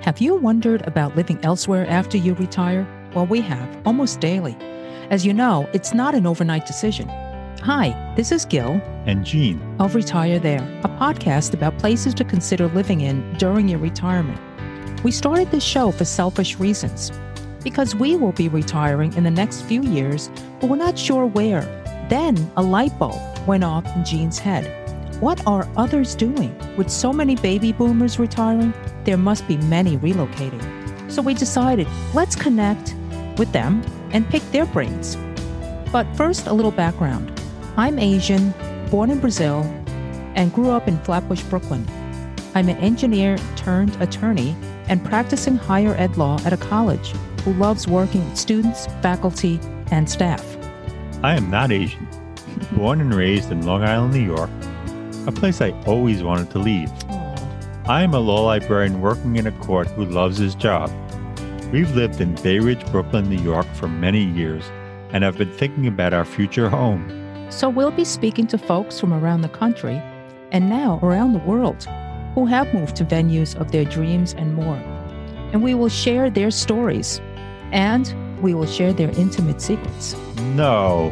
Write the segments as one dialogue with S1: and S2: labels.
S1: Have you wondered about living elsewhere after you retire? Well, we have, almost daily. As you know, it's not an overnight decision. Hi, this is Gil
S2: and Gene.
S1: of Retire There, a podcast about places to consider living in during your retirement. We started this show for selfish reasons because we will be retiring in the next few years, but we're not sure where. Then a light bulb went off in Gene's head. What are others doing? With so many baby boomers retiring, there must be many relocating. So we decided let's connect with them and pick their brains. But first, a little background. I'm Asian, born in Brazil, and grew up in Flatbush, Brooklyn. I'm an engineer turned attorney and practicing higher ed law at a college who loves working with students, faculty, and staff.
S2: I am not Asian. Born and raised in Long Island, New York, a place I always wanted to leave. I am a law librarian working in a court who loves his job. We've lived in Bay Ridge, Brooklyn, New York for many years, and I've been thinking about our future home.
S1: So we'll be speaking to folks from around the country and now around the world who have moved to venues of their dreams and more. And we will share their stories and we will share their intimate secrets.
S2: No,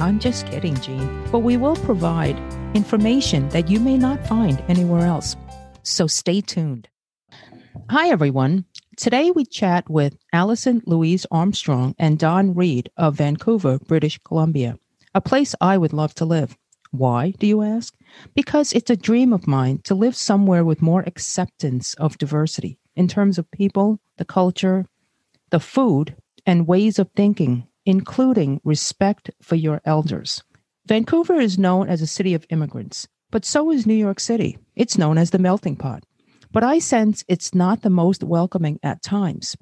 S1: I'm just kidding, Gene. But we will provide information that you may not find anywhere else. So stay tuned. Hi, everyone. Today we chat with Allison Louise Armstrong and Don Reed of Vancouver, British Columbia, a place I would love to live. Why, do you ask? Because it's a dream of mine to live somewhere with more acceptance of diversity in terms of people, the culture, the food, and ways of thinking, including respect for your elders. Vancouver is known as a city of immigrants, but so is New York City. It's known as the melting pot. But I sense it's not the most welcoming at times.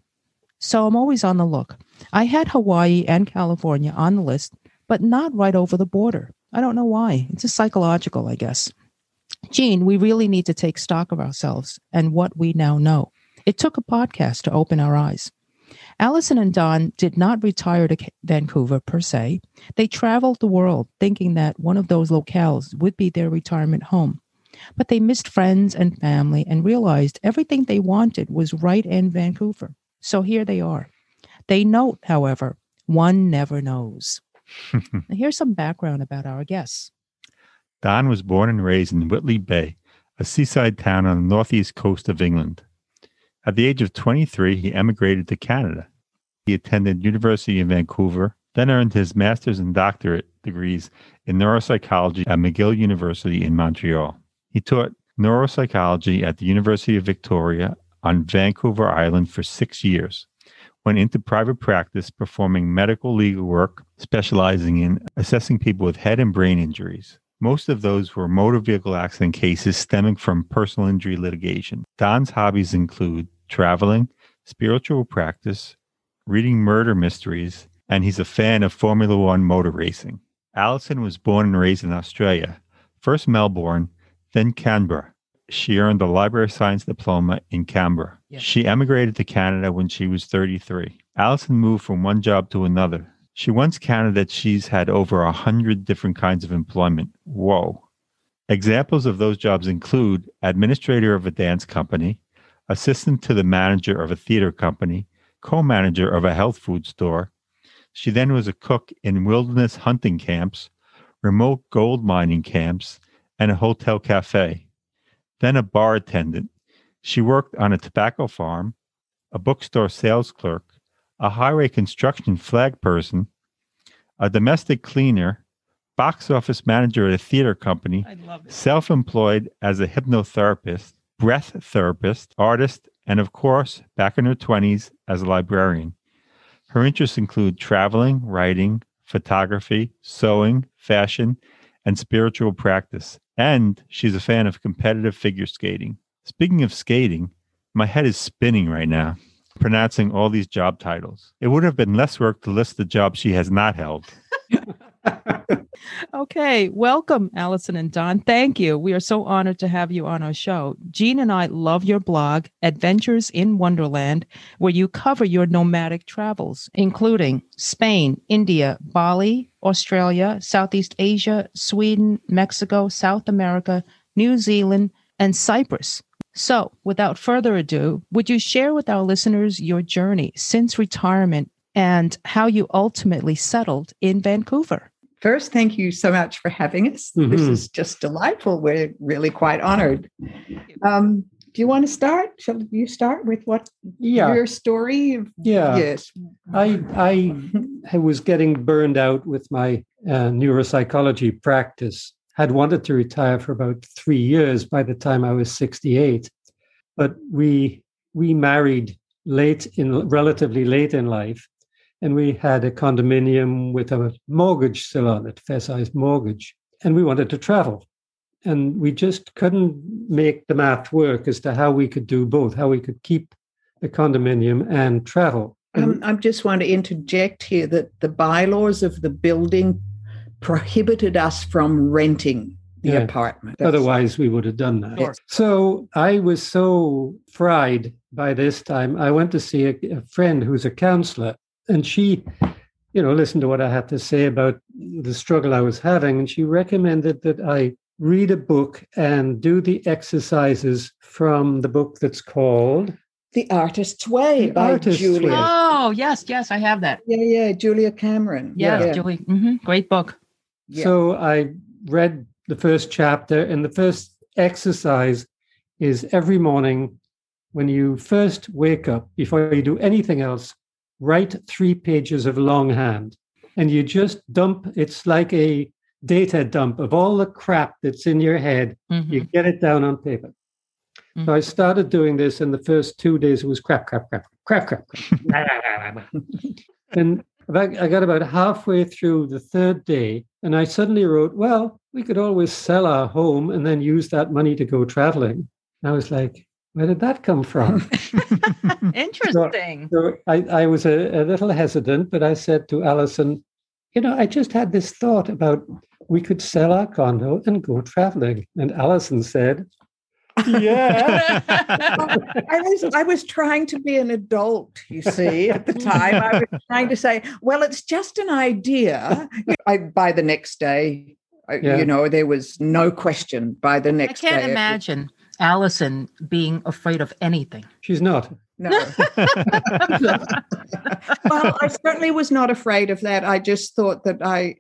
S1: So I'm always on the look. I had Hawaii and California on the list, but not right over the border. I don't know why. It's just psychological, I guess. Gene, we really need to take stock of ourselves and what we now know. It took a podcast to open our eyes. Allison and Don did not retire to Ca- Vancouver per se. They traveled the world thinking that one of those locales would be their retirement home. But they missed friends and family and realized everything they wanted was right in Vancouver. So here they are. They note, however, one never knows. Now, Here's some background about our guests.
S2: Don was born and raised in Whitley Bay, a seaside town on the northeast coast of England. At the age of 23, he emigrated to Canada. He attended University in Vancouver, then earned his master's and doctorate degrees in neuropsychology at McGill University in Montreal. He taught neuropsychology at the University of Victoria on Vancouver Island for 6 years. Went into private practice performing medical legal work, specializing in assessing people with head and brain injuries. Most of those were motor vehicle accident cases stemming from personal injury litigation. Don's hobbies include traveling, spiritual practice, reading murder mysteries, and he's a fan of Formula One motor racing. Allison was born and raised in Australia, first Melbourne, then Canberra. She earned a Library of Science diploma in Canberra.
S1: Yeah.
S2: She emigrated to Canada when she was 33. Allison moved from one job to another. She once counted that she's had over a 100 different kinds of employment. Whoa. Examples of those jobs include administrator of a dance company, assistant to the manager of a theater company, co manager of a health food store. She then was a cook in wilderness hunting camps, remote gold mining camps, and a hotel cafe. Then a bar attendant. She worked on a tobacco farm, a bookstore sales clerk, a highway construction flag person, a domestic cleaner, box office manager at a theater company,
S1: I love
S2: self employed as a hypnotherapist, breath therapist, artist, and of course, back in her 20s as a librarian. Her interests include traveling, writing, photography, sewing, fashion, and spiritual practice. And she's a fan of competitive figure skating. Speaking of skating, my head is spinning right now, pronouncing all these job titles. It would have been less work to list the jobs she has not held.
S1: Okay, welcome, Allison and Don. Thank you. We are so honored to have you on our show. Jean and I love your blog, Adventures in Wonderland, where you cover your nomadic travels, including Spain, India, Bali, Australia, Southeast Asia, Sweden, Mexico, South America, New Zealand, and Cyprus. So, without further ado, would you share with our listeners your journey since retirement and how you ultimately settled in Vancouver?
S3: First, thank you so much for having us. Mm-hmm. This is just delightful. We're really quite honored. Um, do you want to start? Shall you start with what
S4: yeah.
S3: your story? Of,
S4: yeah.
S3: Yes.
S4: I I
S3: Mm-hmm.
S4: I was getting burned out with my uh, neuropsychology practice. Had wanted to retire for about three years by the time I was 68, but we we married late in relatively late in life, and we had a condominium with a mortgage still on it, Fair Size Mortgage, and we wanted to travel and we just couldn't make the math work as to how we could do both, how we could keep the condominium and travel.
S3: Um, I just want to interject here that the bylaws of the building prohibited us from renting the yeah. apartment.
S4: That's Otherwise, we would have done that. Sure. So I was so fried by this time. I went to see a, a friend who's a counselor, and she you know listened to what i had to say about the struggle i was having and she recommended that i read a book and do the exercises from the book that's called
S3: The Artist's Way the by Artist's Julia. Way.
S1: Oh, yes, yes, I have that.
S3: Yeah, yeah, Julia Cameron.
S1: Yeah, yeah. Julie. Mm-hmm. Great book.
S4: Yeah. So I read the first chapter, and the first exercise is every morning when you first wake up, before you do anything else, write three pages of longhand. And you just dump, it's like a data dump of all the crap that's in your head. Mm-hmm. You get it down on paper. Mm-hmm. So I started doing this, and the first two days it was crap, crap, crap, crap, crap, crap. and about, I got about halfway through the third day, and I suddenly wrote, Well, we could always sell our home and then use that money to go traveling. And I was like, where did that come from?
S1: Hmm. Interesting.
S4: So, so I, I, was a, a little hesitant, but I said to Allison, you know, I just had this thought about we could sell our condo and go traveling. And Allison said, yeah.
S3: I was I was trying to be an adult, you see, at the time. I was trying to say, well, it's just an idea. I, by the next day, yeah. you know, there was no question by the next
S1: day. I can't
S3: day,
S1: imagine Allison being afraid of anything.
S4: She's not.
S3: No. well, I certainly was not afraid of that. I just thought that I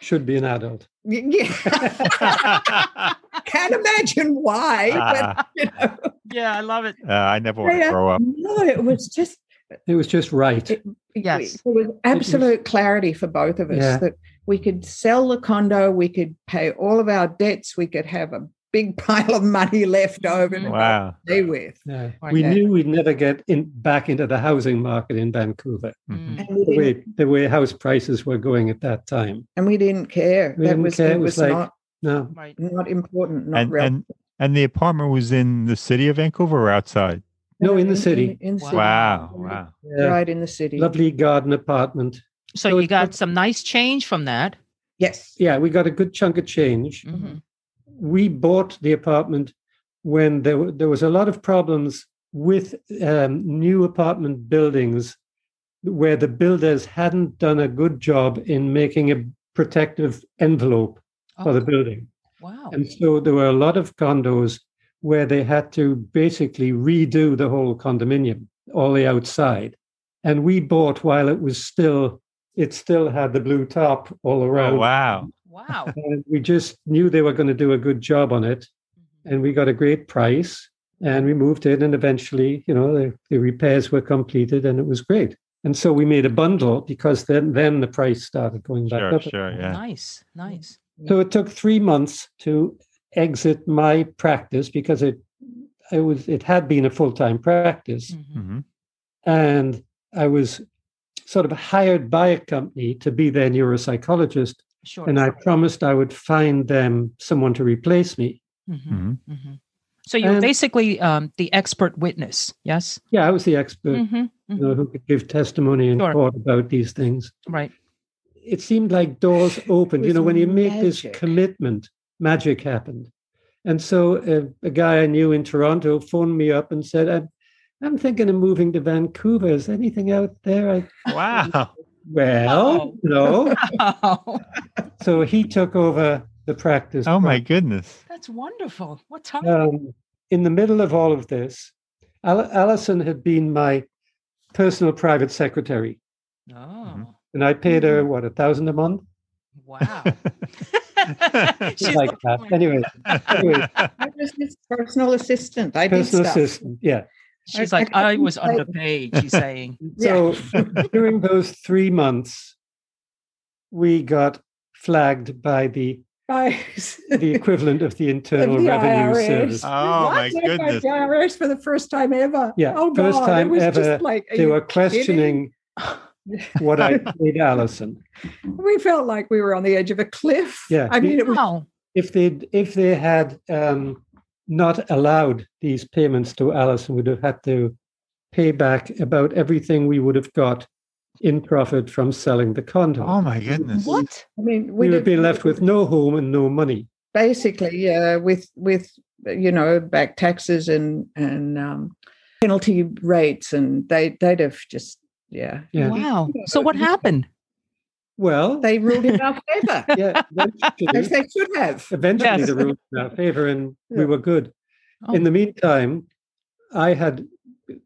S4: should be an adult.
S3: Yeah. Can't imagine why, uh, but you know.
S1: Yeah, I love it.
S2: Uh, I never want to grow up.
S3: No, it was just
S4: it was just right. It,
S1: yes.
S3: There was absolute was, clarity for both of us yeah. that we could sell the condo, we could pay all of our debts, we could have a big pile of money left over to wow. stay with.
S4: Yeah. We yeah. knew we'd never get in, back into the housing market in Vancouver.
S1: Mm.
S4: Mm-hmm. The, way, the, way, house prices were going at that time.
S3: And we didn't care.
S4: We
S3: that
S4: didn't
S3: was,
S4: care. It was, like,
S3: not,
S4: no.
S3: not important. Not
S2: and, and, and, the apartment was in the city of Vancouver or outside?
S4: No, in the city.
S3: In, in the
S2: wow. City. Wow.
S3: Yeah. Right in the city.
S4: Lovely garden apartment.
S1: So, so you got good. some nice change from that.
S3: Yes.
S4: Yeah, we got a good chunk of change. Mm-hmm we bought the apartment when there, there was a lot of problems with um, new apartment buildings where the builders hadn't done a good job in making a protective envelope oh. for the building.
S1: Wow.
S4: And so there were a lot of condos where they had to basically redo the whole condominium, all the outside. And we bought while it was still, it still had the blue top all around.
S2: Oh, wow.
S1: Wow.
S4: And we just knew they were going to do a good job on it.
S2: Mm-hmm.
S4: And we got a great price and we moved in. And eventually, you know, the, the repairs were completed and it was great. And so we made a bundle because then, then the price started going back
S2: sure,
S4: up.
S2: Sure, yeah.
S1: Nice, nice.
S4: So it took three months to exit my practice because it, it was it had been a full time practice,
S1: Mm.
S4: mm-hmm. and I was sort of hired by a company to be their neuropsychologist
S1: Sure,
S4: and I right. promised I would find them someone to replace me.
S1: Mm-hmm, mm-hmm. So you're and, basically um, the expert witness, yes?
S4: Yeah, I was the expert mm-hmm,
S1: Mm.
S4: you know, who could give testimony in sure. court about these things.
S1: Right.
S4: It seemed like doors opened. you know, when you make magic. this commitment, magic happened. And so uh, a, a, guy I knew in Toronto phoned me up and said, I'm, I'm thinking of moving to Vancouver. Is anything out there?
S2: I- wow.
S4: Well, oh. no. Oh. so he took over the practice.
S2: Oh my practice. goodness!
S1: That's wonderful. What time? Um,
S4: in the middle of all of this, Al- Alison had been my personal private secretary,
S1: Oh,
S4: and I paid
S3: Mm-hmm.
S4: her what a thousand a month,
S1: wow. She's
S4: Something like
S1: got a
S4: that.
S1: point.
S4: Anyway,
S3: I was his personal assistant. I did
S4: personal
S3: stuff.
S4: assistant. Yeah.
S1: She's
S3: I- I
S1: like, I,
S3: couldn't
S1: was
S3: say-
S1: underpaid, she's saying.
S3: Yeah.
S4: So during those three months, we got flagged by the
S3: Guys.
S4: the equivalent of the Internal
S3: the
S4: Revenue
S3: IRS.
S4: Service.
S2: oh my
S3: Watching my
S2: goodness.
S3: diaries for the first time ever.
S4: Yeah,
S3: Oh,
S4: first
S3: God,
S4: time
S3: it was
S4: ever
S3: Just like, are
S4: They
S3: you
S4: were
S3: kidding?
S4: questioning what I paid Allison.
S3: We felt like we were on the edge of a cliff.
S4: Yeah.
S3: I mean, it was
S1: Wow.
S4: If they if they had um, not allowed these payments to Allison, we'd have had to pay back about everything we would have got in profit from selling the condo.
S2: Oh my goodness.
S1: What?
S3: I mean,
S4: we
S3: didn't-
S4: would be left with no home and no money.
S3: basically uh, with with you know back taxes and and um, penalty rates, and they they'd have just yeah.
S4: Yeah.
S1: Wow. So what happened?
S4: Well,
S3: They ruled in our favor
S4: yeah,
S3: as
S4: eventually,
S3: they should have.
S4: eventually
S1: Yes.
S4: the rules in our favor, and
S3: Yeah.
S4: we were good.
S1: Oh.
S4: In the meantime, I had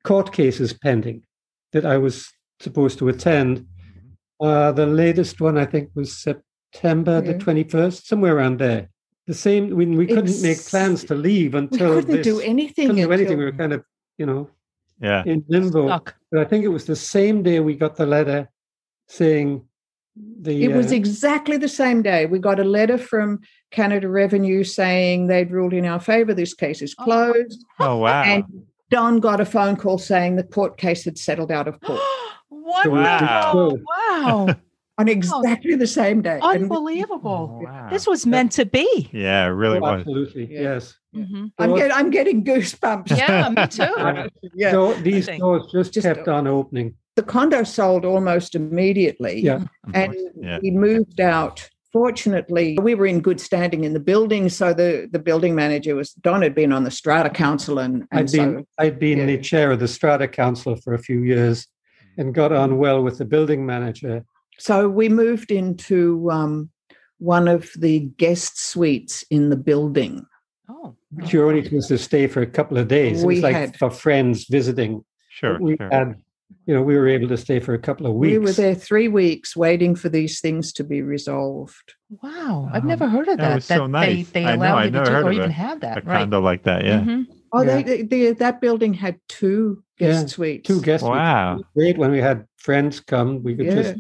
S4: court cases pending that I was supposed to attend. Uh, the latest one, I think, was September the
S3: Mm-hmm. Yeah.
S4: 21st, somewhere around there. The same, when we couldn't make
S3: It's-
S4: plans to leave
S3: We
S4: until
S3: couldn't
S4: this.
S3: do anything.
S4: couldn't do anything. We
S3: until-
S4: were kind of, you know,
S2: Yeah.
S4: in limbo.
S1: Fuck.
S4: But I think it was the same day we got the letter saying the.
S3: It was
S4: uh,
S3: exactly the same day. We got a letter from Canada Revenue saying they'd ruled in our favor. This case is
S1: Oh.
S3: closed.
S2: Oh wow.
S3: And Don got a phone call saying the court case had settled out of court
S1: Wonderful.
S2: Wow.
S1: Wow.
S3: on exactly the same day. And
S1: Unbelievable.
S2: Oh, wow.
S1: This was meant to be.
S2: yeah, it really
S4: oh,
S2: was.
S4: absolutely,
S3: Yeah.
S4: yes.
S1: Mhm.
S3: I'm, get, I'm getting goosebumps.
S1: Yeah, me too.
S4: Yeah.
S3: Yeah.
S4: Door- these
S1: Thing.
S4: doors just,
S3: Just
S4: kept
S3: o-
S4: on opening.
S3: the condo sold almost immediately.
S4: Yeah.
S3: And
S2: Mm-hmm. Yeah.
S3: we moved out. Fortunately, we were in good standing in the building. So the, the building manager was Don had been on the strata council and, and
S4: I'd
S3: so
S4: been I'd been the
S3: yeah.
S4: chair of the strata council for a few years,
S2: Mm.
S4: and got
S3: Mm.
S4: on well with the building manager.
S3: So we moved into um, one of the guest suites in the building.
S1: Oh.
S4: But you were only supposed to stay for a couple of days. it
S3: We
S4: was like
S3: had-
S4: for friends visiting.
S2: Sure.
S4: we
S2: sure.
S4: had, you know, we were able to stay for a couple of weeks.
S3: We were there three weeks waiting for these things to be resolved.
S1: Wow. I've
S2: Wow.
S1: never heard of that.
S2: That was so nice.
S1: They, they
S2: I know,
S1: allowed
S2: I'd
S1: you to
S2: never
S1: do
S2: heard
S1: or
S2: of
S1: even
S2: a-
S1: have
S2: a
S1: that. Right.
S2: condo like that. Yeah.
S1: Mhm.
S3: Oh,
S4: Yeah.
S3: they, they, that building had two guest
S4: Yeah,
S3: suites.
S4: Two guests.
S2: Wow.
S4: Great when we had friends come, we could
S3: Yeah.
S4: just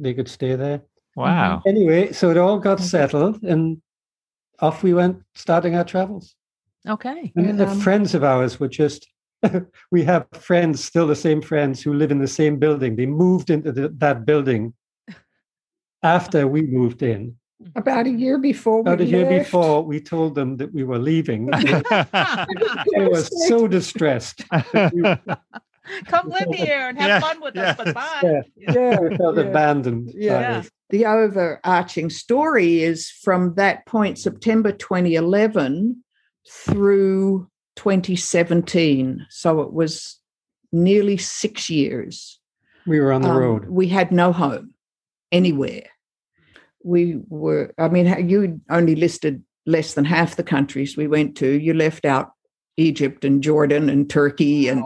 S4: they could stay there.
S2: Wow.
S4: Anyway, so it all got
S1: Okay.
S3: Mm-hmm.
S4: settled, and off we went, starting our travels.
S1: Okay.
S4: And
S3: And,
S4: the
S3: um,
S4: friends of ours were just, we have friends, still the same friends who live in the same building. They moved into the, that building after we moved in.
S3: About a year before
S4: About a
S3: we
S4: year
S3: left.
S4: before, we told them that we were leaving. They were
S3: Yes,
S4: so distressed.
S1: Come live here and have
S2: Yeah,
S1: fun with us, but
S2: yes.
S1: bye.
S4: Yeah.
S3: Yeah,
S4: They felt
S3: yeah.
S4: abandoned. by
S3: Yeah.
S4: us.
S3: The overarching story is from that point, September 2011 through 2017. So it was nearly six years.
S4: We were on the
S3: um,
S4: road.
S3: We had no home anywhere. We were, I mean, you only listed less than half the countries we went to. You left out Egypt and Jordan and Turkey and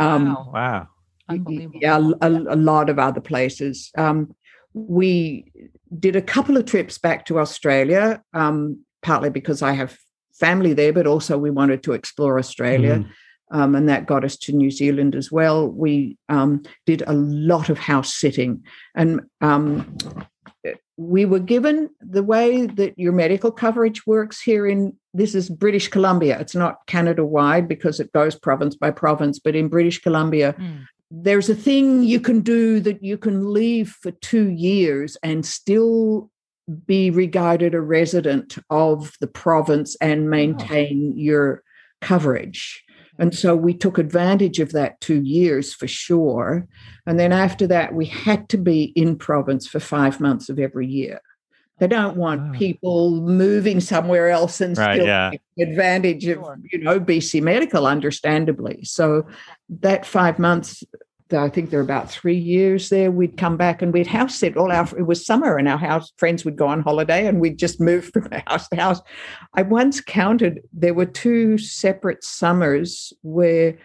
S3: um,
S1: Wow.
S2: wow.
S1: Unbelievable.
S3: yeah, a, a lot of other places. Um, we did a couple of trips back to Australia, um, partly because I have family there, but also we wanted to explore Australia
S4: Mhm.
S3: um, and that got us to New Zealand as well. We um, did a lot of house sitting, and um, we were given the way that your medical coverage works here in this is British Columbia. It's not Canada wide because it goes province by province, but in British Columbia,
S1: Mm.
S3: there's a thing you can do that you can leave for two years and still be regarded a resident of the province and maintain your coverage. And so we took advantage of that two years for sure. And then after that, we had to be in province for five months of every year. They don't want
S2: Ah.
S3: people moving somewhere else and
S2: Right,
S3: still
S2: yeah.
S3: taking advantage of,
S1: Sure.
S3: you know, BC Medical, understandably. So that five months I think there were about three years there. We'd come back and we'd house sit all our. It was summer, and our house friends would go on holiday, and we'd just move from house to house. I once counted there were two separate summers where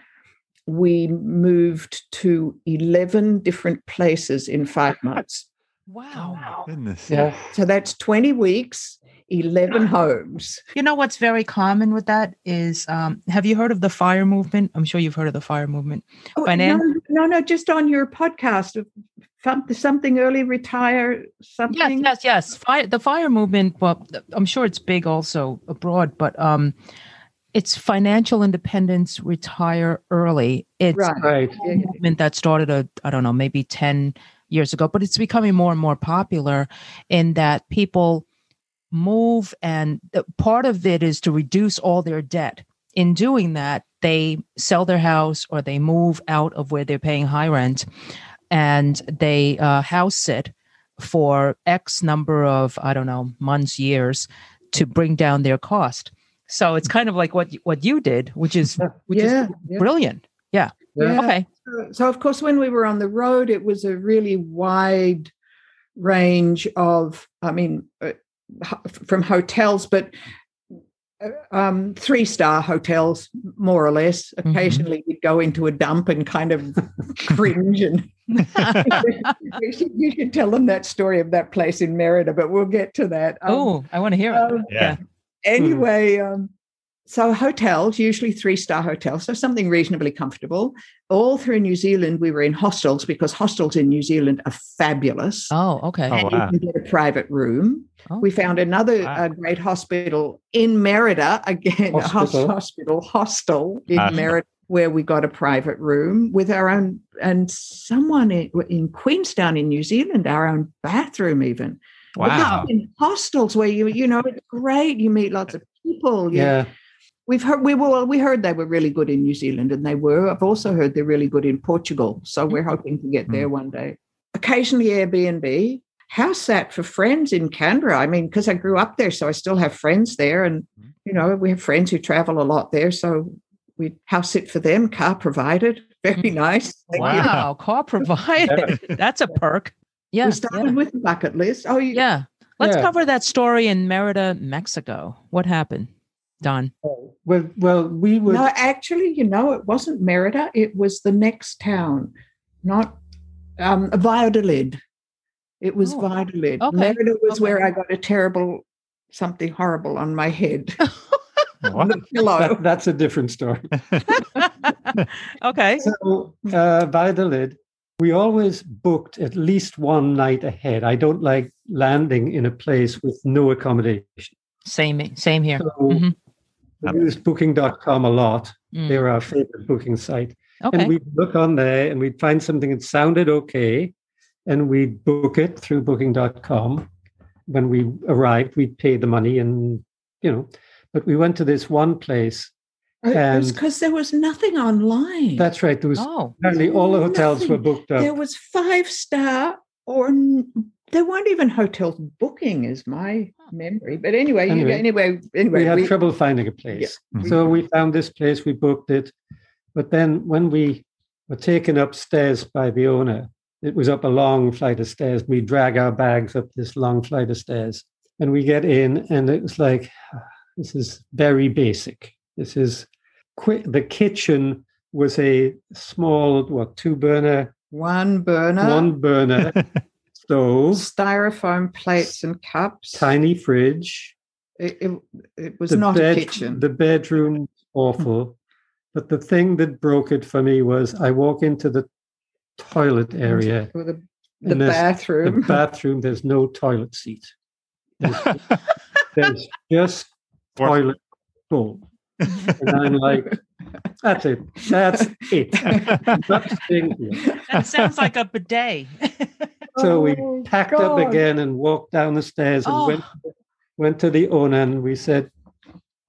S3: we moved to eleven different places in five months.
S1: Oh, Wow.
S2: Oh Goodness.
S4: Yeah.
S3: So that's twenty weeks, eleven homes.
S1: You know what's very common with that is um, have you heard of the fire movement? I'm sure you've heard of the fire movement.
S3: Oh,
S1: Banan-
S3: No, no, no, just on your podcast, of some- something early retire
S1: Yes,
S3: something.
S1: yes, yes. Fire, the fire movement, well, I'm sure it's big also abroad, but um, it's financial independence, retire early. It's
S3: Right.
S4: Right.
S3: Yeah, yeah.
S1: movement that started a I don't know maybe 10 years ago but it's becoming more and more popular in that people move and the, part of it is to reduce all their debt in doing that they sell their house or they move out of where they're paying high rent and they uh, house it for x number of i don't know months years to bring down their cost so it's kind of like what what you did which is which
S3: Yeah,
S1: is
S4: yeah.
S1: brilliant
S4: Yeah.
S3: yeah.
S1: okay
S3: So- So, of course, when we were on the road, it was a really wide range of, I mean, uh, ho- from hotels, but uh, um, three star hotels, more or less. Occasionally, we'd go into a dump and kind of cringe and you, should, you should tell them that story of that place in Merida, but we'll get to that. Um,
S1: oh, I want to hear it.
S3: um,
S2: Yeah. Hmm.
S3: anyway, um, so hotels, usually three star hotels, so something reasonably comfortable. All through New Zealand, we were in hostels because hostels in New Zealand are fabulous.
S1: Oh, okay.
S2: Oh,
S3: and
S2: wow.
S3: you can get a private room.
S1: Oh.
S3: We found another
S2: Wow.
S3: uh, great hospital in Merida, again, a hos-
S4: Hospital.
S3: hospital, hostel in
S2: Hostel.
S3: Merida, where we got a private room with our own, and someone in, in Queenstown in New Zealand, our own bathroom, even. But
S2: Wow.
S3: that's In hostels where you, you know, it's great. You meet lots of people. you-
S4: Yeah.
S3: We've heard, we, well, we heard they were really good in New Zealand and they were. I've also heard they're really good in Portugal. So we're hoping to get there one day. Occasionally Airbnb. House sat for friends in Canberra. I mean, because I grew up there, so I still have friends there. And, you know, we have friends who travel a lot there. So we house sit for them, car provided. Very nice. Thank you.
S1: Wow, car provided. That's a perk. Yeah.
S3: We
S1: Yeah.
S3: started with the bucket list. Oh, you,
S1: yeah. Let's
S4: Yeah.
S1: cover that story in Merida, Mexico. What happened, Don?
S4: Well, well, we would.
S3: No, actually, you know, it wasn't Merida. It was the next town, not um, Valladolid. It was
S1: Oh,
S3: Valladolid.
S1: okay,
S3: Merida was
S1: okay.
S3: where I got a terrible something horrible on my head.
S2: What?
S3: Hello.
S4: that- that's a different story.
S1: okay.
S4: So,
S1: Mm-hmm.
S4: uh, by the lid, we always booked at least one night ahead. I don't like landing in a place with no accommodation.
S1: Same same here.
S4: So,
S1: Mhm.
S4: we use booking.com a lot.
S1: Mm.
S4: They're our favorite booking site.
S1: Okay.
S4: And we'd look on there and we'd find something that sounded okay. And we'd book it through booking.com. When we arrived, we'd pay the money and, you know, but we went to this one place.
S3: it was
S4: And-
S3: because there was nothing online.
S4: That's right. There was
S1: oh.
S4: apparently all the hotels were booked up.
S3: there was five star or n- there weren't even hotel booking is my memory. But anyway, you-
S4: Anyway.
S3: anyway, anyway,
S4: we had
S3: we-
S4: trouble finding a place.
S2: Yeah.
S4: So we found this place, we booked it. But then when we were taken upstairs by the owner, it was up a long flight of stairs. We drag our bags up this long flight of stairs and we get in, and it was like, this is very basic. This is quick. The kitchen was a small, what, two burner,
S3: one burner,
S4: one burner stove,
S3: styrofoam plates and cups.
S4: tiny fridge,
S3: It, it, it was
S4: the
S3: not
S4: bed-
S3: a kitchen. Mm.
S4: The bedroom awful. But the thing that broke it for me was I walk into the toilet area.
S3: Or the, the
S4: and there's- the
S3: bathroom.
S4: bathroom, there's no toilet seat. There's just
S2: Or-
S4: toilet bowl. And I'm like, that's it. That's it. Not staying here.
S1: That sounds like a bidet.
S4: So
S3: Oh,
S4: we packed
S3: God.
S4: up again and walked down the stairs and
S1: Oh.
S4: went went to the owner and we said,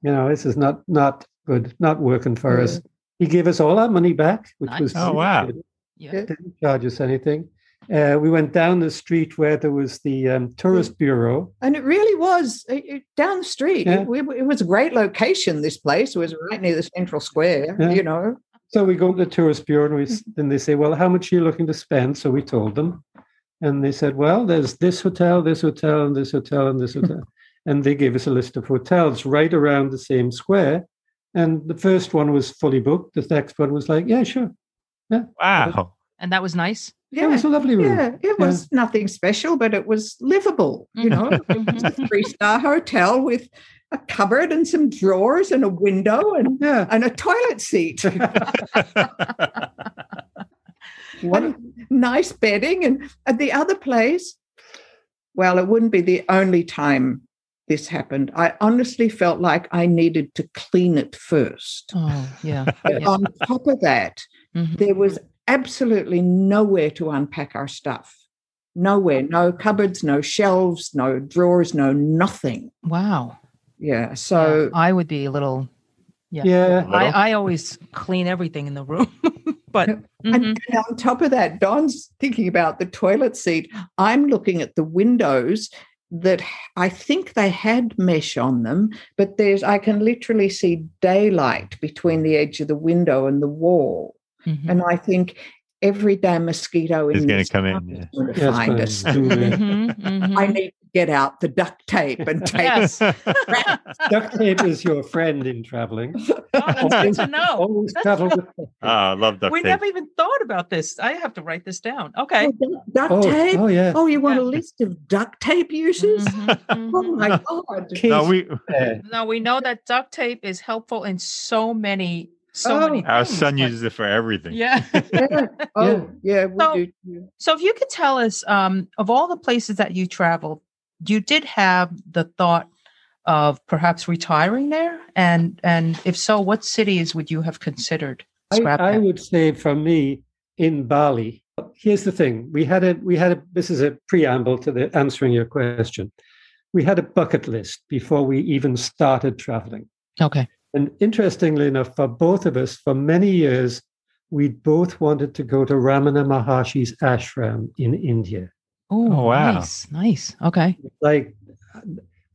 S4: you know, this is not not good, not working for us. He gave us all our money back, which was
S1: Nice.
S2: Oh, wow.
S1: yeah.
S4: didn't charge us anything. Uh, we went down the street where there was the um, tourist bureau.
S3: And it really was it, it- down the street.
S4: Yeah.
S3: It, we- it was a great location, this place. It was right near the central square,
S4: Yeah.
S3: you know.
S4: So we go to the tourist bureau and
S3: Mm-hmm.
S4: we then they say, Well, how much are you looking to spend? So we told them. And they said, Well, there's this hotel, this hotel, and this hotel, and this hotel. and they gave us a list of hotels right around the same square. And the first one was fully booked. The next one was like, Yeah, sure. Yeah.
S2: Wow.
S1: And that was nice.
S4: It
S3: Yeah.
S4: was a lovely room.
S3: Yeah, it was nothing special, but it was livable. You know, it was a three star hotel with a cupboard and some drawers and a window and,
S4: Yeah.
S3: and a toilet seat, and nice bedding. And at the other place, well, it wouldn't be the only time this happened. I honestly felt like I needed to clean it first.
S1: Oh, yeah.
S3: But
S1: Yes.
S3: on top of that,
S1: Mhm.
S3: there was absolutely nowhere to unpack our stuff. Nowhere, no cupboards, no shelves, no drawers, no nothing.
S1: Wow.
S3: Yeah. So
S1: Yeah, I would be a little. Yeah.
S4: Yeah.
S2: Little.
S1: I, I always clean everything in the room, but Mhm.
S3: and, and on top of that, Don's thinking about the toilet seat. I'm looking at the windows that I think they had mesh on them, but there's I can literally see daylight between the edge of the window and the wall.
S1: Mhm.
S3: And I think every damn mosquito
S2: Is
S3: in
S2: gonna
S3: this
S2: come in,
S3: town is
S2: yeah.
S3: going to
S4: Yes,
S3: find
S4: but-
S3: us.
S1: Mhm, mhm.
S3: I need to get out the duct tape and tape.
S1: Yes.
S2: Oh,
S4: Duct tape is your friend in traveling.
S1: Oh, that's good to know.
S4: Always travel with
S2: Ah, I love duct
S1: We
S2: tape.
S1: never even thought about this. I have to write this down. Okay.
S3: Oh, duct- duct
S4: oh,
S3: tape.
S4: oh, yeah.
S3: Oh, you want a
S1: Yeah.
S3: list of duct tape uses?
S1: Mhm, mhm.
S3: Oh my god!
S4: Kids
S2: no, we
S3: Oh.
S4: there.
S1: Now we know that duct tape is helpful in so many, so
S3: Oh.
S1: many.
S2: our
S1: things,
S2: son
S1: but-
S2: uses it for everything.
S1: Yeah.
S3: Yeah. Oh yeah, we
S1: So-
S3: do. Too.
S1: so if you could tell us, um, of all the places that you traveled, you did have the thought of perhaps retiring there, and and if so, what cities would you have considered?
S4: I,
S1: Scrap
S4: I
S1: that.
S4: would say for me in Bali. Here's the thing: we had a we had a this is a preamble to the answering your question. We had a bucket list before we even started traveling,
S1: Okay.
S4: and interestingly enough, for both of us, for many years, we both wanted to go to Ramana Maharshi's ashram in India.
S1: oh
S2: wow.
S1: Nice. Nice. Okay.
S4: like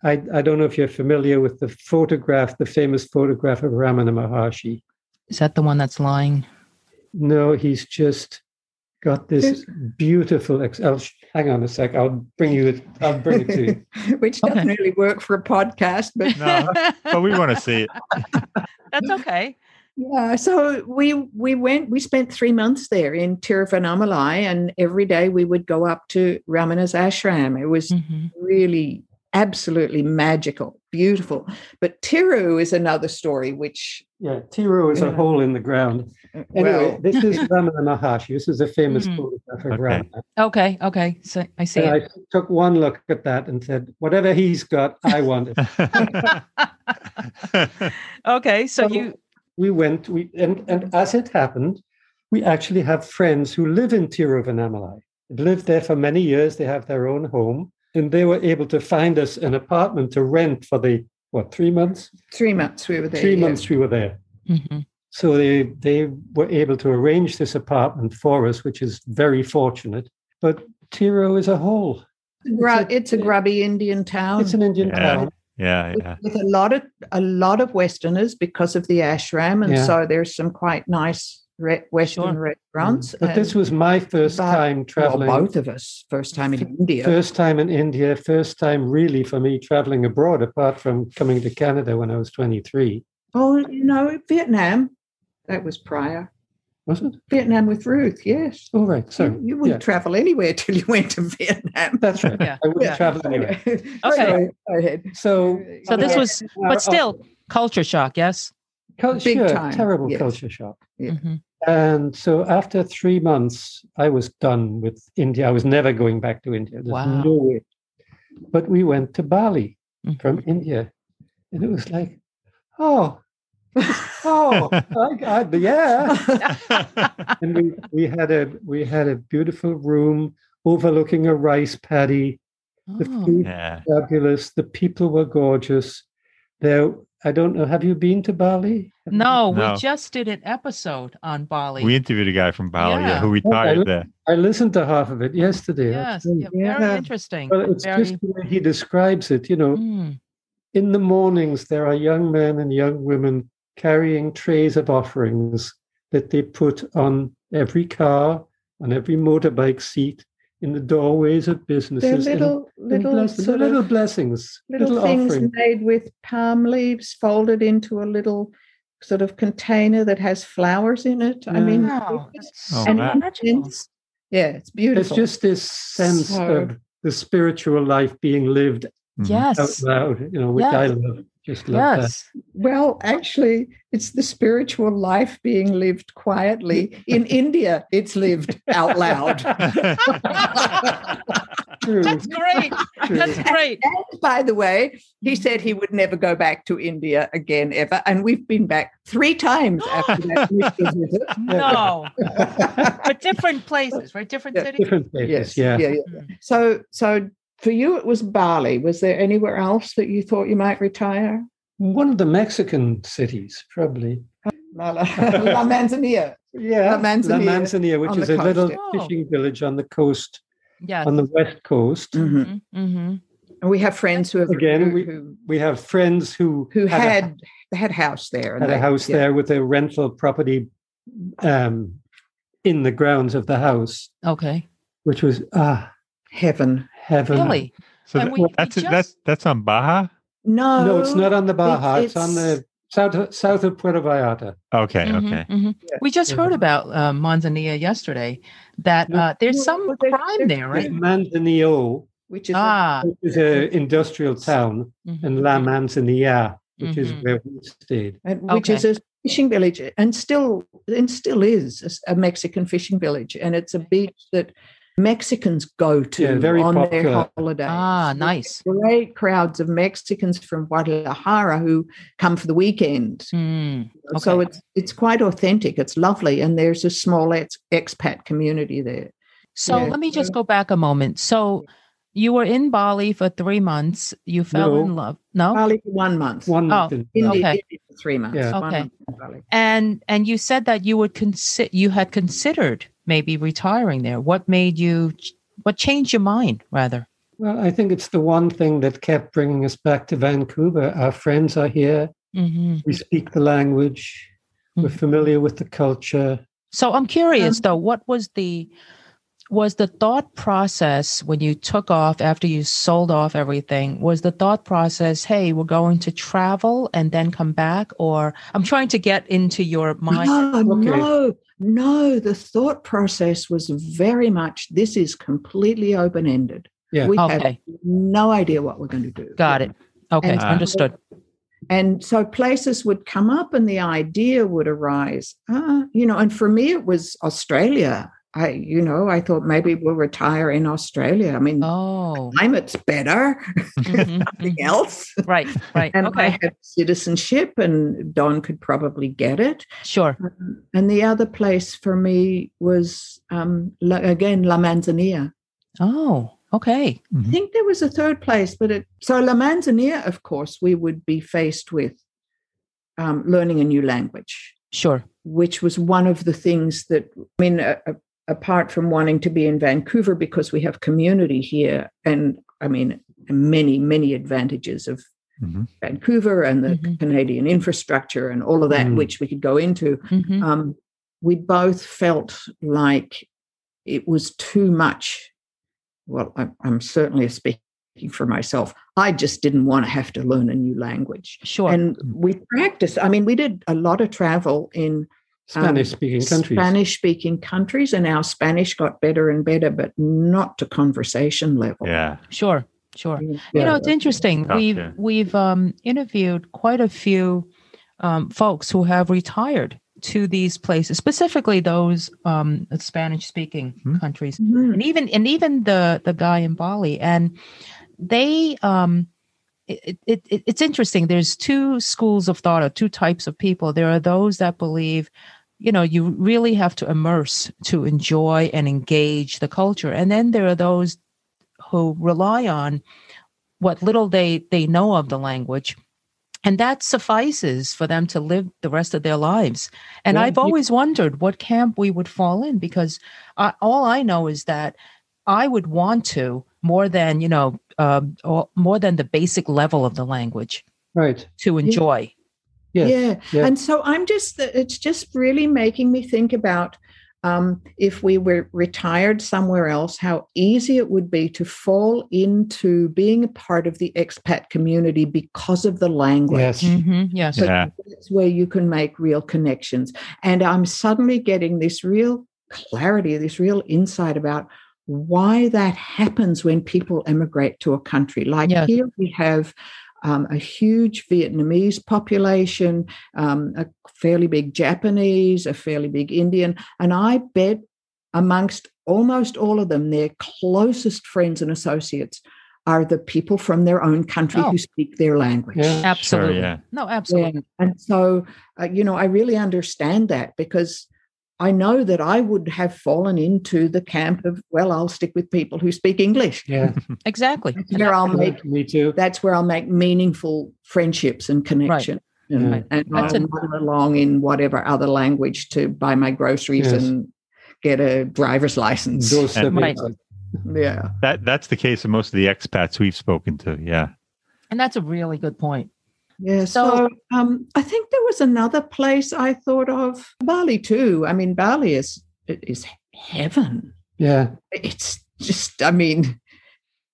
S4: I, I don't know if you're familiar with the photograph, the famous photograph of Ramana Maharshi.
S1: Is that the one that's lying?
S4: No, he's just got this beautiful. Ex- I'll, sh- hang on a sec. I'll bring you. It, I'll bring it to you.
S3: Which doesn't really work for a podcast, but
S2: No, but we want to see it.
S1: that's okay.
S3: yeah. So we we went. We spent three months there in Tiruvannamalai, and every day we would go up to Ramana's ashram. It was
S4: Mm.
S1: Mhm.
S3: really absolutely magical, beautiful. But Tiru is another story, which
S4: Yeah, Tiro is a
S3: Yeah.
S4: hole in the ground. Anyway,
S3: well, Hmm.
S4: this is Ramana Maharshi. This is a famous
S1: Mhm.
S4: photograph of
S2: Okay.
S4: Ramana.
S1: Okay. Okay. So I see.
S4: And
S1: it.
S4: I took one look at that and said, "Whatever he's got, I want it."
S1: okay. So
S4: So-
S1: you.
S4: we went. We and and as it happened, we actually have friends who live in Tiruvannamalai. They've lived there for many years. They have their own home, and they were able to find us an apartment to rent for the what three months?
S3: three months we were there.
S4: three
S3: yeah.
S4: months we were there. uh,
S1: Mhm.
S4: So they they were able to arrange this apartment for us, which is very fortunate. But Tiro is a whole.
S3: Gru- it's a grubby Indian town.
S4: It's an Indian
S2: Yeah.
S4: town.
S2: yeah,
S3: with,
S2: yeah.
S3: with a lot of a lot of Westerners because of the ashram, and
S4: Yeah.
S3: so there's some quite nice re- Western restaurants.
S4: Mm. But this
S3: and-
S4: was my first
S3: But-
S4: time
S3: well,
S4: traveling.
S3: both of us first time in India.
S4: First time in India, first time really for me traveling abroad, apart from coming to Canada when I was 23.
S3: oh, you know, Vietnam. That was prior.
S4: Was it?
S3: Vietnam with Ruth. Yes,
S4: All right. So
S3: you, you wouldn't
S4: yeah.
S3: travel anywhere till you went to Vietnam.
S4: that's right.
S1: Yeah.
S4: I wouldn't
S3: Yeah.
S4: travel anywhere.
S3: Sorry, go ahead.
S4: So, uh,
S1: So this
S4: Yeah.
S1: was, but still, culture shock. Yes.
S4: cul-
S3: big
S4: sure,
S3: time,
S4: terrible
S3: yes.
S4: culture shock.
S3: Yeah.
S1: Mhm.
S4: And so after three months, I was done with India. I was never going back to India. There's
S1: Wow.
S4: no way. But we went to Bali
S1: Mhm.
S4: from India, and it was like, oh, oh, I, I, yeah.
S1: Ah.
S4: and we, we had a we had a beautiful room overlooking a rice paddy. The
S1: Oh.
S4: food
S2: yeah.
S4: was fabulous. The people were gorgeous. There, I don't know. Have you been to Bali?
S1: No,
S2: No.
S1: we just did an episode on Bali.
S2: We interviewed a guy from Bali yeah,
S1: Yeah.
S2: who
S4: Okay.
S2: retired there.
S4: I listened to half of it yesterday.
S1: yes,
S4: actually.
S1: yeah, very
S4: Yeah.
S1: interesting.
S4: Well, it's
S1: very,
S4: just the way he describes it. You know,
S2: Mm-hmm.
S1: Mm.
S4: in the mornings there are young men and young women carrying trays of offerings. that they put on every car, on every motorbike seat, in the doorways of
S3: They're
S4: businesses. and-
S3: little,
S4: and
S3: little,
S4: blessings,
S3: sort
S4: little
S3: of
S4: blessings,
S3: little, things
S4: offering.
S3: made with palm leaves folded into a little sort of container that has flowers in it. I mean,
S5: Wow,
S3: it's-
S5: that's
S2: Oh,
S5: so
S2: wow.
S5: magical.
S3: it's- yeah, it's
S4: There's
S3: beautiful.
S4: just this sense
S3: So-
S4: of the spiritual life being lived
S2: Mhm.
S5: Yes.
S4: out loud, you know, which Oh, I
S5: Yes.
S4: love. Just love
S5: Yes.
S3: well, actually, it's the spiritual life being lived quietly. In India, it's lived out loud.
S4: that. True,
S1: That's great.
S4: true.
S1: That's great.
S3: And by the way, he said he would never go back to India again ever. And we've been back three times after that initial visit.
S1: No, but different places, right? Different
S3: Yeah,
S1: cities.
S4: Different places,
S3: Yes.
S4: yeah.
S3: yeah. So, so for you, it was Bali. Was there anywhere else that you thought you might retire?
S4: One of the Mexican cities, probably.
S3: La, la, la Manzanilla.
S4: Yeah,
S3: La Manzanilla
S4: Manzanilla, which
S3: on
S4: is
S3: the
S4: a
S3: coast,
S4: little
S3: yeah.
S1: Oh.
S4: fishing village on the coast,
S1: Yes.
S4: on the west coast.
S1: Mm-hmm.
S3: And we have friends who have
S4: Again,
S3: who,
S4: we-
S3: who,
S4: We have friends who
S3: who
S4: a-
S3: had they had house there.
S4: had a
S3: they-
S4: house
S3: yeah.
S4: there with a rental property um, in the grounds of the house,
S1: Okay.
S4: which was ah
S3: Heaven.
S4: heaven.
S1: Really?
S2: So
S1: And
S2: that-
S1: we- we
S2: that's
S1: just-
S2: that's that's on Baja.
S3: No,
S4: No, it's not on
S1: Oh,
S4: the Baja. It's, on
S3: it's-
S4: the south south of Puerto Vallarta.
S2: Okay,
S1: Mhm,
S2: okay.
S1: mhm.
S4: Yeah.
S1: We just heard
S4: Yeah.
S1: about uh, Manzanilla yesterday. That
S4: Yeah.
S1: uh, there's
S3: Yeah,
S1: some
S3: but there-
S1: crime
S3: there-
S1: there,
S4: Right.
S1: right?
S4: Manzanillo,
S3: which is a-
S1: Ah,
S4: which is an industrial town,
S1: mhm.
S4: and La Manzanilla, which is
S1: Mhm.
S4: where we stayed.
S3: and- which is a fishing village, and still and still is a s- a Mexican fishing village, and it's a beach that Mexicans go to
S4: Yeah, very
S3: on their
S4: popular.
S3: holidays.
S1: ah, nice.
S3: Great crowds of Mexicans from Guadalajara who come for the weekend.
S1: Mm,
S3: So
S1: okay.
S3: it's it's quite authentic. It's lovely, and there's a small ex- expat community there.
S1: So
S3: Yeah.
S1: let me just go back a moment. So you were in Bali for three months. You fell
S4: No.
S1: in love. No.
S3: Bali for one month.
S4: One
S1: Oh,
S4: in-
S3: India,
S1: okay.
S3: India for three months.
S4: Yeah.
S3: One
S1: Okay.
S3: month in Bali.
S1: And and you said that you would consider you had considered maybe retiring there. What made you? ch- What changed your mind? Rather.
S4: Well, I think it's the one thing that kept bringing us back to Vancouver. Our friends are here.
S1: hmm
S4: We speak the language. We're
S1: Mhm.
S4: familiar with the culture.
S1: So I'm curious though. What was the was the thought process when you took off after you sold off everything? Was the thought process, hey, we're going to travel and then come back? Or I'm trying to get into your mind.
S3: No,
S4: Okay.
S3: no, no. The thought process was very much this is completely open ended.
S4: Yeah.
S3: We have
S1: Okay,
S3: no idea what we're going to do.
S1: got it. Okay,
S3: And-
S1: understood.
S3: And so places would come up and the idea would arise. Ah, you know, and for me, it was Australia. I, you know, I thought maybe we'll retire in Australia. I mean,
S1: Oh,
S3: climate's better,
S1: mhm,
S3: nothing
S1: mhm.
S3: else.
S1: right, right.
S3: And I
S1: okay,
S3: had citizenship, and Don could probably get it.
S1: sure.
S3: Um, and the other place for me was um, La, again La Manzanilla.
S1: Oh, okay.
S3: I think there was a third place, but it so La Manzanilla, of course, we would be faced with um, learning a new language,
S1: Sure.
S3: which was one of the things that I mean, a, a, apart from wanting to be in Vancouver because we have community here, and I mean, many many advantages of
S2: Mhm.
S3: Vancouver and the
S1: Mhm.
S3: Canadian infrastructure and all of that,
S4: Mm.
S3: which we could go into.
S1: Mhm.
S3: um, we both felt like it was too much. Well, I, I'm certainly speaking for myself. I just didn't want to have to learn a new language.
S1: Sure. Mm.
S3: And we practiced. I mean, we did a lot of travel in
S4: Spanish
S1: Um,
S4: speaking countries.
S3: Spanish speaking countries, and our Spanish got better and better, but not to conversation level.
S2: Yeah.
S1: sure. Sure.
S3: You
S1: you know it's interesting
S2: Tough,
S1: we've
S2: yeah.
S1: we've um, interviewed quite a few um, folks who have retired to these places specifically those um, spanish speaking
S2: Hmm.
S1: countries
S3: Mhm.
S1: Mm. and even and even the the guy in bali and they um it, it, it, it's interesting there's two schools of thought or two types of people there are those that believe you know you really have to immerse to enjoy and engage the culture and then there are those who rely on what little they they know of the language and that suffices for them to live the rest of their lives and
S4: Yeah,
S1: i've
S4: you-
S1: always wondered what camp we would fall in because I, all i know is that i would want to more than you know um, or more than the basic level of the language
S4: Right.
S1: to enjoy
S4: Yes.
S3: Yeah. And so I'm just, uh, it's just really making me think about um, if we were retired somewhere else, how easy it would be to fall into being a part of the expat community because of the language.
S4: Yes.
S1: Mm-hmm. Yes.
S3: So
S2: Yeah.
S3: that's where you can make real connections. And I'm suddenly getting this real clarity, this real insight about why that happens when people emigrate to a country. Like
S1: Yes.
S3: here we have um, a huge Vietnamese population, um, a fairly big Japanese, a fairly big Indian. And I bet amongst almost all of them, their closest friends and associates are the people from their own country
S1: Oh.
S3: who speak their language.
S4: Yeah.
S1: Absolutely.
S2: Oh, yeah.
S1: No,
S3: Yeah.
S1: absolutely.
S3: And so, uh, you know, I really understand that because I know that I would have fallen into the camp of, well, I'll stick with people who speak English.
S4: Yeah.
S1: Exactly.
S3: That's where I'll
S4: Yeah,
S3: make
S4: Me too.
S3: that's where I'll make meaningful friendships and connections. And,
S4: Right.
S3: and
S1: That's
S3: I'll
S1: a-
S3: muddle along in whatever other language to buy my groceries
S4: Yes.
S3: and get a driver's license.
S4: Those
S2: And-
S1: Right.
S4: subjects.
S3: Yeah.
S2: That that's the case of most of the expats we've spoken to. Yeah.
S1: And that's a really good point.
S3: Yeah,
S1: So-
S3: so, um, I think there was another place I thought of Bali too. I mean, Bali is is heaven.
S4: Yeah.
S3: It's just, I mean,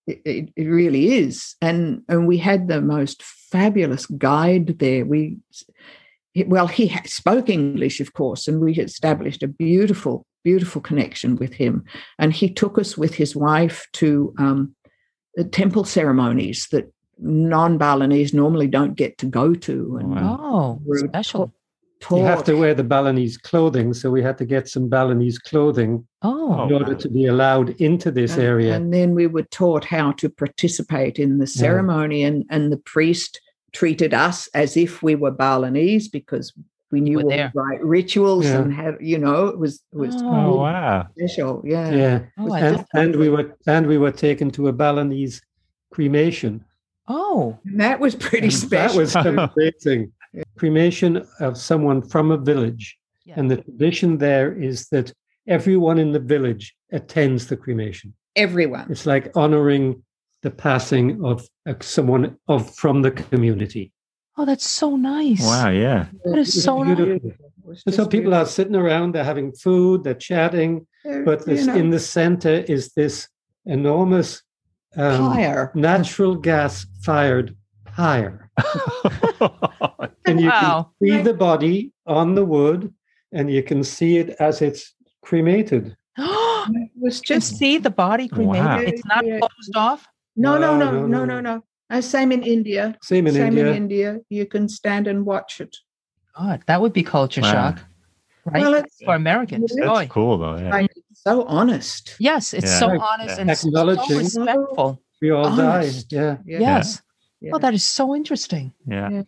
S3: it- it, it really is. And and we had the most fabulous guide there. We, well, he ha- spoke English, of course, and we established a beautiful, beautiful connection with him. And he took us with his wife to um, the temple ceremonies that non-Balinese normally don't get to go to. And
S2: Wow.
S1: Oh,
S3: Rude.
S1: special.
S3: taught.
S4: You have to wear the Balinese clothing. So we had to get some Balinese clothing
S1: Oh,
S2: Oh.
S4: in order to be allowed into this
S3: and,
S4: area.
S3: Uh, and then we were taught how to participate in the ceremony, and, and the priest treated us as if we were Balinese because we knew
S1: were
S3: all
S1: there.
S3: the right rituals
S4: Yeah. Ah.
S3: and had, you know, it was it was
S1: Oh.
S2: Oh
S3: really
S2: wow.
S3: special. Yeah.
S4: yeah.
S1: oh, I
S4: and,
S1: just-
S4: and we were and we were taken to a Balinese cremation.
S1: oh,
S3: And that was pretty
S4: And
S3: special.
S4: That was amazing. cremation of someone from a village,
S1: yeah.
S4: and the tradition there is that everyone in the village attends the cremation.
S3: Everyone.
S4: It's like honoring the passing of uh, someone of from the community.
S1: oh, that's so nice.
S2: Wow. Yeah.
S1: That is so nice.
S4: beautiful.
S3: It was
S4: And so
S3: just
S4: people are sitting around, they're having food, they're chatting,
S3: beautiful.
S4: but
S3: You
S4: this,
S3: know,
S4: in the center is this enormous um,
S3: fire.
S4: natural gas fired pyre. And you
S1: Wow.
S4: can see the body on the wood and you can see it as it's cremated.
S1: you
S3: It was
S1: can
S3: just
S1: see the body cremated.
S2: Wow.
S1: It's not
S3: Yeah.
S1: closed off.
S3: no, no,
S4: No,
S3: no, no, no, no. Uh, same in India.
S4: Same in
S3: same in
S4: India.
S3: India. You can stand and watch it.
S1: God, that would be culture
S2: Wow.
S1: shock, right?
S3: Well, it's
S1: For Americans.
S3: That's
S1: Boy.
S2: That's cool though. Yeah.
S3: like, so honest.
S1: Yes, it's
S2: Yeah.
S1: so
S4: Right.
S1: honest
S2: Yeah.
S1: and so
S4: Acknowledging.
S1: respectful.
S4: we all die.
S3: Honest.
S4: Yeah.
S1: Yes.
S3: Yeah.
S1: Oh, that is so interesting.
S2: Yeah.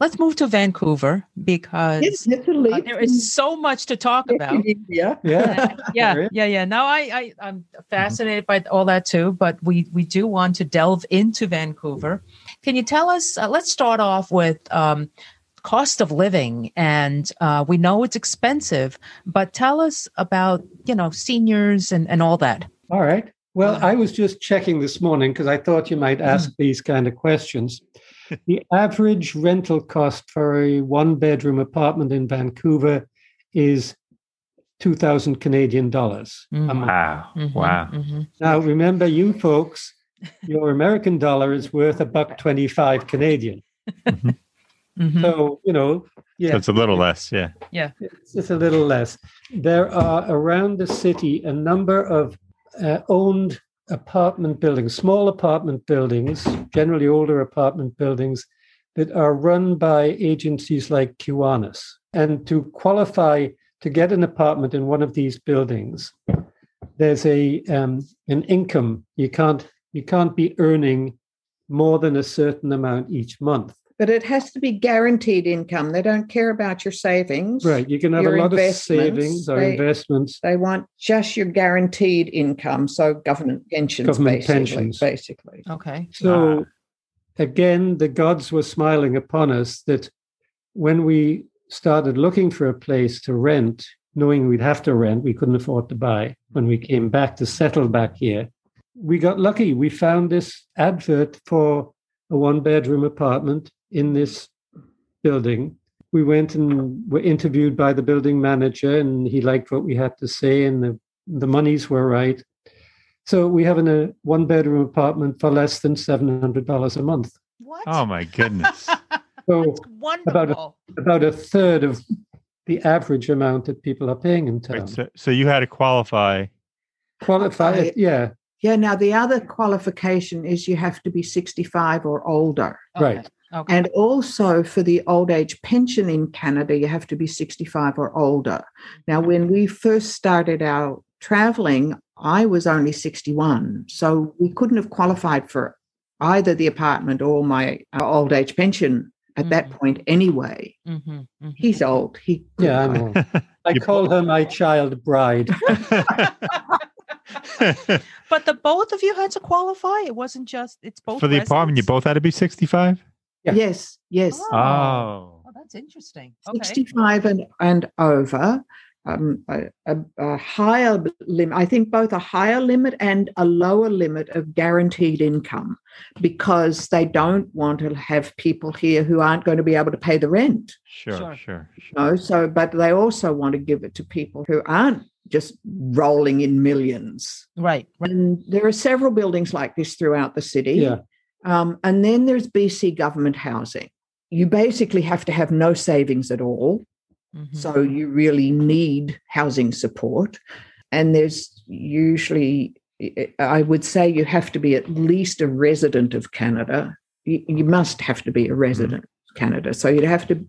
S1: Let's move to Vancouver because
S3: Yes, it's a
S1: uh,
S3: leap
S1: there
S3: in-
S1: is so much to talk about.
S3: in India.
S4: Yeah.
S1: yeah
S4: Really?
S1: yeah yeah now i, I i'm fascinated by all that too but we we do want to delve into vancouver can you tell us uh, let's start off with um cost of living and uh, we know it's expensive but tell us about you know seniors and and all that
S4: all right. Well, I was just checking this morning because I thought you might ask these kind of questions. the average rental cost for a one bedroom apartment in Vancouver is 2000 Canadian dollars a
S1: Mm.
S4: month.
S2: Wow.
S1: Mhm,
S2: Wow.
S1: mhm.
S4: Now, remember, you folks, your American dollar is worth a buck twenty-five Canadian.
S1: Mhm.
S4: So you know,
S2: So
S4: yeah,
S2: it's a little less. Yeah.
S4: it's, it's a little less. There are around the city a number of uh, owned apartment buildings, small apartment buildings, generally older apartment buildings, that are run by agencies like Kiwanis. And to qualify to get an apartment in one of these buildings, there's a um, an income you can't you can't be earning more than a certain amount each month.
S3: But it has to be guaranteed income. They don't care about your savings.
S4: Right, you can have
S3: Your
S4: a lot of
S3: investments,
S4: savings or
S3: they-
S4: investments.
S3: They want just your guaranteed income. So government pensions,
S4: Government
S3: basically.
S4: pensions.
S3: Basically.
S1: okay
S4: So again, the gods were smiling upon us that when we started looking for a place to rent, knowing we'd have to rent, we couldn't afford to buy when we came back to settle back here. We got lucky. We found this advert for a one bedroom apartment in this building we went and were interviewed by the building manager, and he liked what we had to say, and the, the monies were right. So we have in a one bedroom apartment for less than seven hundred dollars a month.
S1: What?
S2: Oh my goodness.
S4: So
S1: That's wonderful.
S4: about a third of the average amount that people are paying in town.
S2: Right, so, so you had to qualify.
S4: Qualify,
S3: Okay.
S4: yeah,
S3: Yeah. Now, the other qualification is you have to be 65 or older.
S1: Okay,
S4: right.
S1: Okay.
S3: And also for the old age pension in Canada, you have to be 65 or older. Now, when we first started our traveling, I was only 61. So we couldn't have qualified for either the apartment or my uh, old age pension at that point anyway.
S1: mm-hmm,
S3: He's old. He couldn't
S4: Yeah, I
S3: qualify.
S4: know. I
S2: You-
S4: call her my child bride.
S2: For
S1: But the both of you had to qualify. It wasn't just it's both
S2: the apartment, you
S1: residents?
S2: both had to be 65?
S4: Yeah.
S3: Yes, yes.
S1: Oh.
S2: Oh.
S1: Oh, that's interesting. Okay.
S3: 65 and, and over, um, a, a, a higher limit, I think both a higher limit and a lower limit of guaranteed income because they don't want to have people here who aren't going to be able to pay the rent.
S2: Sure,
S1: Sure.
S2: sure, sure.
S3: You know? So, but they also want to give it to people who aren't just rolling in millions.
S1: Right. right.
S3: And there are several buildings like this throughout the city.
S4: Yeah,
S3: Um, and then there's BC government housing. You basically have to have no savings at all.
S1: Mhm.
S3: So you really need housing support. And there's usually, eh, I would say, you have to be at least a resident of Canada. You, you must have to be a resident of Canada. So you'd have to,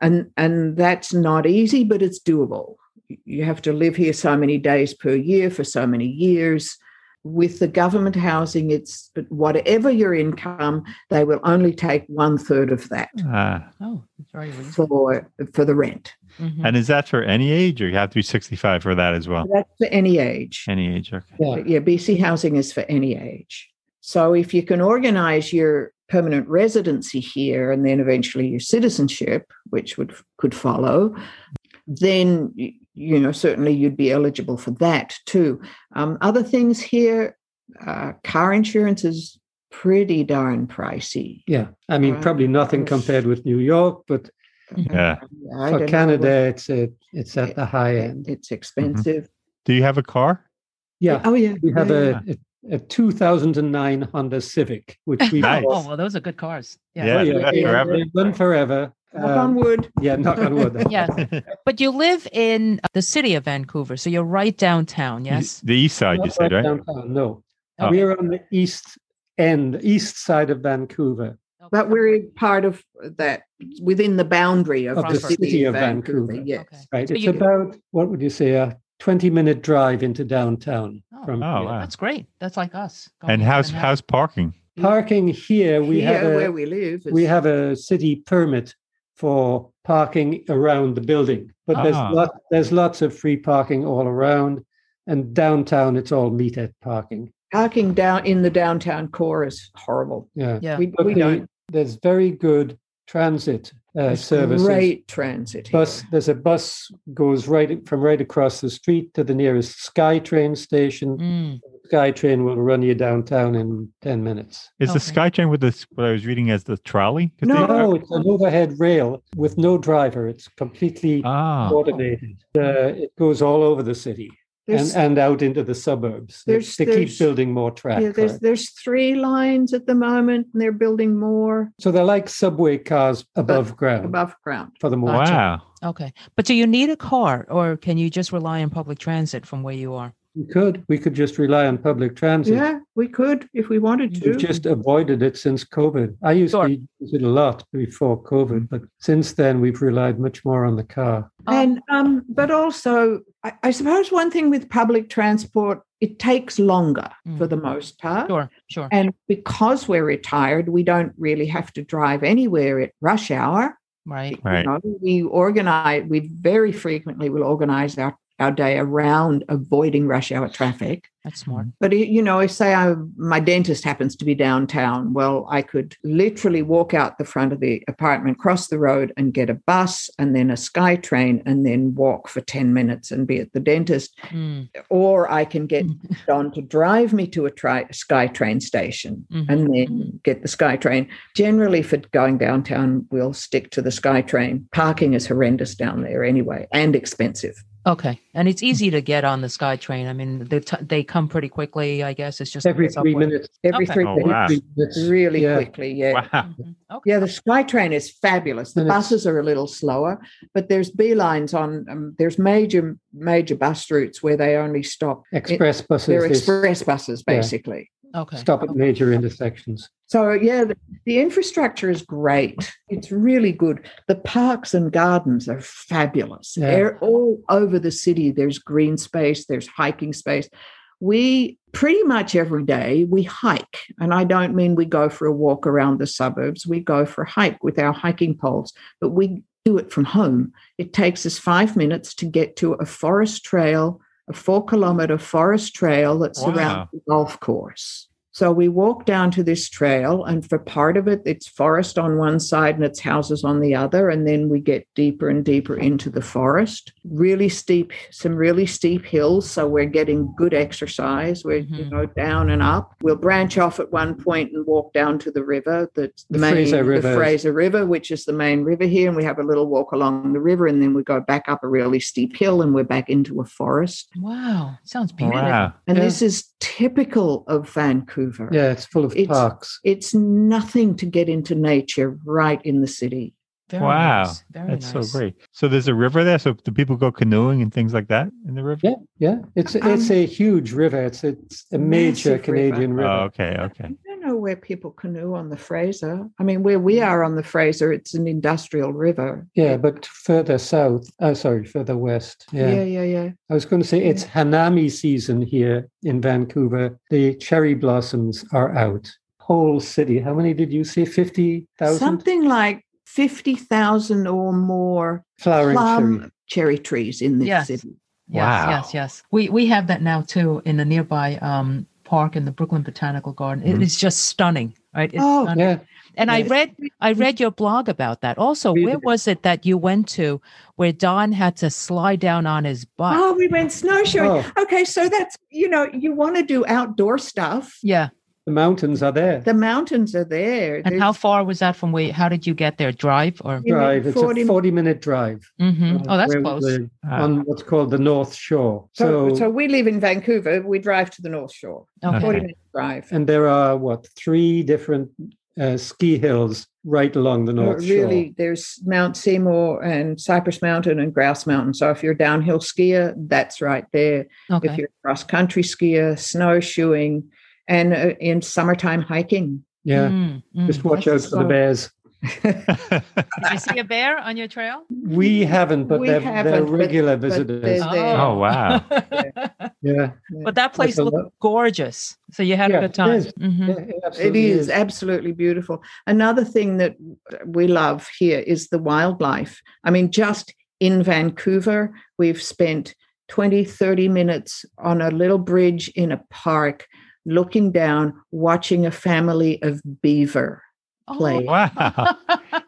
S3: and and that's not easy, but it's doable. You have to live here so many days per year for so many years. With the government housing, it's whatever your income, they will only take one third of that
S2: Ah,
S1: oh, it's very reasonable.
S3: for for the rent.
S1: Mhm.
S2: and is that for any age or you have to be 65 for that as well?
S3: That's for any age.
S2: Any age, okay.
S4: yeah.
S3: But yeah, BC housing is for any age. So if you can organize your permanent residency here and then eventually your citizenship, which would could follow, then y- you know certainly you'd be eligible for that too. Um, other things here, uh, car insurance is pretty darn pricey.
S4: Yeah, I mean,
S3: Right.
S4: probably nothing compared with New York, but
S2: Yeah.
S3: Uh, I
S4: for
S3: don't know
S4: Canada, it's a, it's at the high
S3: what-
S4: end.
S3: it's expensive.
S2: Do you have a car?
S4: Yeah,
S3: Oh yeah,
S4: we have
S3: yeah,
S4: a, a, a 2009 Honda Civic, which we
S2: Nice.
S1: Oh
S4: bought.
S1: well, those are good cars. Yeah.
S2: Yeah.
S4: yeah,
S2: that's
S4: they-
S2: forever.
S4: they run forever.
S3: yeah. knock on
S4: Um,
S3: wood.
S4: yeah, knock on wood.
S1: Yeah. But you live in uh, the city of Vancouver, so you're right downtown. Yes.
S2: The east side, you
S4: Not
S2: said,
S4: right
S2: right?
S4: downtown, no,
S2: Oh.
S4: we're on the east end, east side of Vancouver.
S3: But we're part of that within the boundary of, the city, of Vancouver.
S4: Vancouver.
S3: Yes.
S1: Okay.
S4: Right,
S1: So
S4: it's
S1: you-
S4: about what would you say a 20 minute drive into downtown
S1: Oh,
S4: from
S2: Oh,
S4: here.
S2: wow.
S1: That's great. That's like us. going
S2: And
S1: to
S2: how's
S1: Manhattan.
S2: how's parking?
S4: Parking here, Mm-hmm. uh, we
S3: Here,
S4: have a,
S3: where we live, is-
S4: we have a city permit for parking around the building, but there's
S2: Ah.
S4: lot, there's lots of free parking all around, and downtown it's all metered parking.
S3: parking down in the downtown core is horrible.
S4: Yeah,
S1: Yeah.
S3: We,
S4: But
S3: we
S4: the-
S3: don't
S4: there's very good transit uh,
S3: there's
S4: services.
S3: great transit. here.
S4: Bus, there's a bus goes right from right across the street to the nearest SkyTrain station.
S1: Mm.
S4: SkyTrain will run you downtown in ten minutes.
S2: Is the
S1: Okay.
S2: SkyTrain with this what I was reading as the trolley? 'Cause they-
S4: No, it's an overhead rail with no driver. It's completely
S2: Ah.
S4: automated. Uh, it goes all over the city and,
S3: There's-
S4: and out into the suburbs. They,
S3: there's-
S4: they
S3: there's-
S4: keep building more track.
S3: yeah, there's
S4: right?
S3: there's three lines at the moment, and they're building more
S4: So they're like subway cars above ground
S3: above ground.
S4: for the most part.
S2: Wow.
S1: Okay. But do you need a car, or can you just rely on public transit from where you are?
S4: We could. We could just rely on public transit.
S3: Yeah, we could if we wanted to.
S4: We've just avoided it since COVID. I used
S1: Sure.
S4: to use it a lot before COVID, but since then we've relied much more on the car.
S3: and um, but also, I, I suppose one thing with public transport, it takes longer
S1: Mm.
S3: for the most
S4: Uh,
S3: part.
S1: Sure. Sure.
S3: And because we're retired, we don't really have to drive anywhere at rush hour.
S1: right.
S3: You
S2: Right.
S3: know, we organize, we very frequently will organize our, our day around avoiding rush hour traffic.
S1: That's smart.
S3: But you know, if say I, my dentist happens to be downtown, well, I could literally walk out the front of the apartment, cross the road, and get a bus, and then a sky train, and then walk for ten minutes and be at the dentist.
S4: Mm-hmm.
S1: Mm.
S3: Or I can get Don to drive me to a tri- sky train station,
S1: Mhm.
S4: Mm-hmm.
S3: and then get the sky train. Generally, for going downtown, we'll stick to the sky train. Parking is horrendous down there anyway, and expensive.
S1: Okay, and it's easy to get on the Sky Train. I mean, they t- they come pretty quickly. I guess it's just
S4: every
S1: it's up
S4: three
S1: one-
S4: minutes.
S3: Every
S1: Okay.
S3: three
S2: Oh,
S3: minutes.
S2: wow.
S4: Every three minutes.
S3: Really
S4: Yeah.
S3: quickly, yeah.
S2: Wow.
S1: Mhm. Okay.
S3: Yeah, the SkyTrain is fabulous. The
S4: And it's-
S3: buses are a little slower, but there's B lines on. Um, there's major major bus routes where they only stop.
S4: Express buses.
S3: They're
S4: they
S3: express buses,
S4: Yeah.
S3: basically.
S1: Okay.
S4: Stop at major intersections.
S3: So yeah, the, the infrastructure is great. It's really good. The parks and gardens are fabulous.
S4: Yeah.
S3: They're all over the city. There's green space. There's hiking space. We pretty much every day we hike, and I don't mean we go for a walk around the suburbs. We go for a hike with our hiking poles, but we do it from home. It takes us five minutes to get to a forest trail, a four kilometer forest trail that
S2: Wow.
S3: surrounds the golf course. So we walk down to this trail, and for part of it, it's forest on one side and it's houses on the other. And then we get deeper and deeper into the forest. Really steep, some really steep hills. So we're getting good exercise. We're,
S4: Mm-hmm.
S3: you
S1: Mhm.
S3: know, down and up. We'll branch off at one point and walk down to the river, the, the,
S4: The
S3: main,
S4: Fraser
S3: the
S4: River.
S3: Fraser River, which is the main river here. And we have a little walk along the river, and then we go back up a really steep hill and we're back into a forest.
S1: Wow, sounds beautiful.
S2: Wow.
S3: And
S4: Yeah.
S3: this is typical of Vancouver.
S4: Yeah, it's full of
S3: It's-
S4: parks.
S3: It's nothing to get into nature right in the city.
S1: Very
S2: Wow.
S1: nice. Very
S2: That's
S1: nice.
S2: so great. So there's a river there. So do people go canoeing and things like that in the river?
S4: Yeah, yeah. It's it's
S3: Um,
S4: a huge river. It's it's a major
S3: Massive
S4: Canadian river.
S2: Oh, okay. Okay.
S3: I don't know where people canoe on the Fraser. I mean, where we are on the Fraser, it's an industrial river.
S4: Yeah, but further south. Oh, sorry, further west. Yeah.
S3: yeah, yeah, yeah.
S4: I was going to say it's Hanami season here in Vancouver. The cherry blossoms are out. Whole city. How many did you say? Fifty thousand
S3: Something like 50,000 or more
S4: flowering
S3: plum
S4: cherry.
S3: cherry. trees in this
S1: Yes.
S3: city.
S1: Yes,
S2: Wow.
S1: yes, yes. We we have that now too in the nearby um park in the Brooklyn Botanical Garden. It
S2: Mhm.
S1: is just stunning, right? It's
S3: Oh,
S1: stunning.
S4: Yeah,
S1: and I
S3: yeah.
S1: read I read your blog about that. Also,
S4: We
S1: where
S4: did.
S1: was it that you went to where Don had to slide down on his butt?
S3: Oh, we went snowshoeing.
S4: Oh.
S3: Okay, so that's, you know, you want to do outdoor stuff.
S1: Yeah.
S4: the mountains are there.
S3: The mountains are there.
S1: And
S3: There's-
S1: how far was that from where how did you get there? Drive or
S3: you know,
S4: drive. It's
S3: 40
S4: a forty-minute drive.
S1: hmm
S3: Mm.
S4: uh,
S1: Oh, that's
S4: where we
S1: close.
S4: live,
S2: Ah.
S4: on what's called the North Shore.
S3: so,
S4: So,
S3: so we live in Vancouver. We drive to the North Shore.
S1: Okay.
S3: 40 minute drive.
S4: and there are what three different uh, ski hills right along the North
S3: really,
S4: Shore.
S3: there's Mount Seymour and Cypress Mountain and Grouse Mountain. So if you're a downhill skier, that's right there. If
S1: Okay.
S3: you're a cross country skier, snowshoeing, and uh, in summertime hiking.
S4: Yeah,
S1: Mm, mm.
S4: just watch out
S1: That's-
S4: for the
S3: so-
S4: bears.
S1: Did you see a bear on your trail?
S4: We haven't, but
S3: We
S4: they're, they're
S3: haven't, but-
S4: regular
S3: there's-
S4: visitors.
S3: there.
S2: oh, wow.
S4: yeah,
S1: but that place
S4: a
S1: looked
S4: lot.
S1: gorgeous. So you had
S4: Yeah,
S1: a good
S4: it
S1: time.
S4: is.
S1: Mhm.
S4: yeah, it
S3: Mm-hmm. It
S4: absolutely
S3: is absolutely beautiful. Another thing that we love here is the wildlife. I mean, just in Vancouver, we've spent 20, 30 minutes on a little bridge in a park looking down, watching a family of beaver. play.
S2: Wow.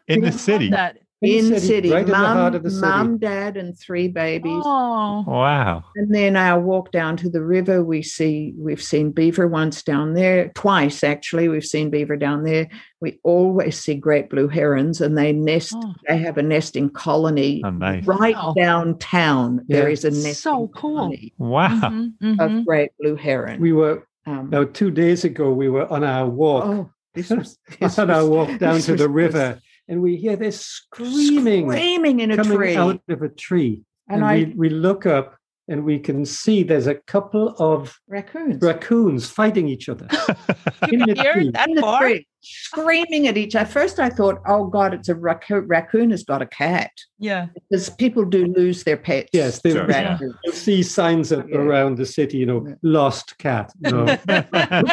S2: In the city.
S1: Oh, That.
S3: in the city,
S4: right in the heart
S3: mom,
S4: of the city.
S3: mom, dad, and three babies.
S1: Oh.
S2: Wow.
S3: And then our walk down to the river, we see we've seen beaver once down there, twice actually. We've seen beaver down there. We always see great blue herons, and they nest.
S1: Oh,
S3: They have a nesting colony
S2: Oh, nice.
S3: right
S1: Wow.
S3: downtown. There
S4: Yeah.
S3: is a nesting
S1: So cool.
S3: colony
S2: Wow.
S1: mhm, mhm.
S3: of great blue heron.
S4: We were
S3: um,
S4: about two days ago. We were on our walk,
S3: oh, this was this
S4: on our
S3: was-
S4: walk down
S3: this
S4: to
S3: was-
S4: the
S3: was
S4: river, and we hear this screaming,
S3: screaming in a
S4: coming
S3: tree,
S4: out
S3: and,
S4: of a tree. and
S3: I
S4: we, we look up and we can see there's a couple of
S3: raccoons
S4: raccoons fighting each other.
S1: You
S4: in
S1: can
S4: the
S1: hear
S4: tree.
S1: that
S3: in the
S1: far?
S3: tree. screaming at each other. First, I thought, oh God, it's a raccoon, raccoon has got a cat.
S1: Yeah.
S3: Because people do lose their pets.
S4: Yes, they
S2: Sure.
S4: will
S2: Yeah.
S3: Raccoons.
S4: see signs up
S3: Yeah.
S4: around the city, you know,
S3: Yeah.
S4: lost cat. No,
S3: No,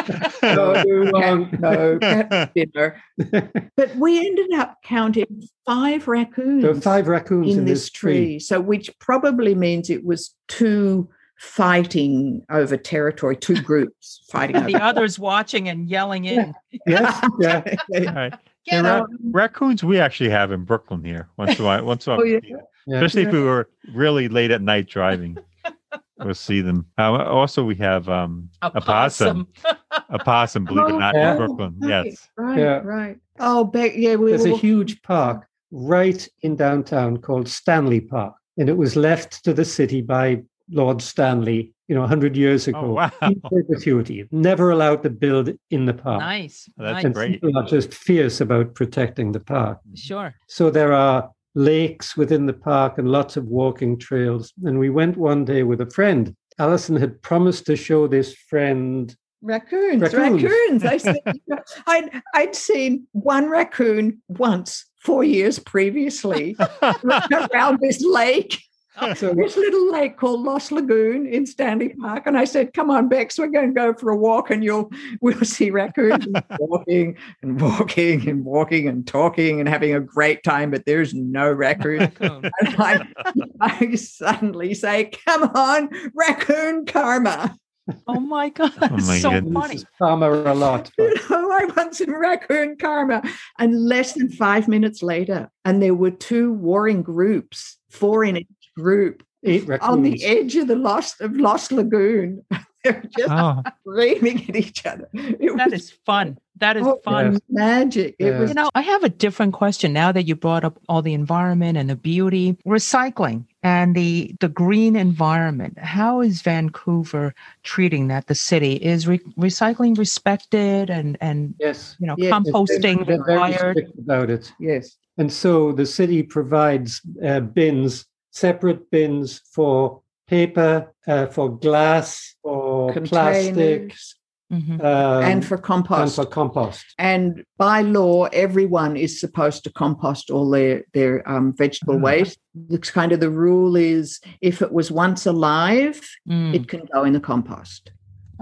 S4: no, you're wrong.
S3: cat- no, cat dinner. But we ended up counting five raccoons
S4: There are five raccoons
S3: in, this tree.
S4: tree.
S3: So, which probably means it was two fighting over territory, two groups fighting
S1: And
S3: over.
S1: the others watching and yelling in.
S4: Yes, yeah.
S2: All right.
S1: Get
S2: Ra-
S1: out.
S2: Raccoons we actually have in Brooklyn here. Once in a while, once in a while,
S3: Oh, yeah.
S4: yeah.
S2: especially if we were really late at night driving, we'll see them. Uh, also, we have um,
S1: A
S2: a possum,
S1: possum.
S2: a possum, believe it or not,
S4: Yeah.
S2: in Brooklyn.
S3: Oh, right,
S2: Yes.
S3: Right,
S4: Yeah.
S3: right. Oh, back, yeah, we
S4: There's
S3: were
S4: a huge park right in downtown called Stanley Park, and it was left to the city by Lord Stanley, you know, 100 years ago.
S2: Oh wow,
S4: In perpetuity, never allowed to build in the park.
S1: Nice.
S2: That's
S1: nice.
S4: And
S2: great.
S4: people are just fierce about protecting the park.
S1: Sure.
S4: So there are lakes within the park and lots of walking trails. And we went one day with a friend. Allison had promised to show this friend.
S3: raccoons,
S4: Raccoons.
S3: raccoons. I said, I'd, I'd seen one raccoon once four years previously around this lake.
S4: So
S3: this little lake called Lost Lagoon in Stanley Park. And I said, Come on, Bex, we're going to go for a walk and you'll we'll see raccoons And walking and walking and walking and talking and having a great time, but there's no raccoon.
S1: Raccoon.
S3: and I, I suddenly say, Come on, raccoon karma.
S1: Oh my God. That's
S2: my
S1: so
S2: goodness.
S1: funny.
S4: this is Farmer a lot.
S3: You know, I want some raccoon karma. And less than five minutes later, and there were two warring groups, four in each group.
S4: Eight
S3: on the
S4: raccoons.
S3: edge of the lost of Lost Lagoon. They're just
S4: Uh-huh.
S2: oh,
S3: screaming at each other. It
S1: That
S3: was
S1: is fun. That is
S3: oh,
S1: fun.
S3: magic. It
S4: Yeah.
S3: was
S1: You know, I have a different question now that you brought up all the environment and the beauty, recycling and the the green environment. How is Vancouver treating that? The city is re- recycling respected and and
S4: Yes.
S1: you know
S3: Yeah, it's-
S1: composting
S4: They're very
S1: required.
S4: strict about it.
S3: yes.
S4: And so the city provides uh, bins, separate bins for paper, uh, for glass, for plastic,
S3: Containers
S1: Mhm.
S4: um,
S3: and for
S4: and
S3: compost.
S4: for compost.
S3: And by law, everyone is supposed to compost all their their um, vegetable
S2: Mm.
S3: waste. It's kind of the rule is if it was once alive,
S1: Mm.
S3: it can go in the compost.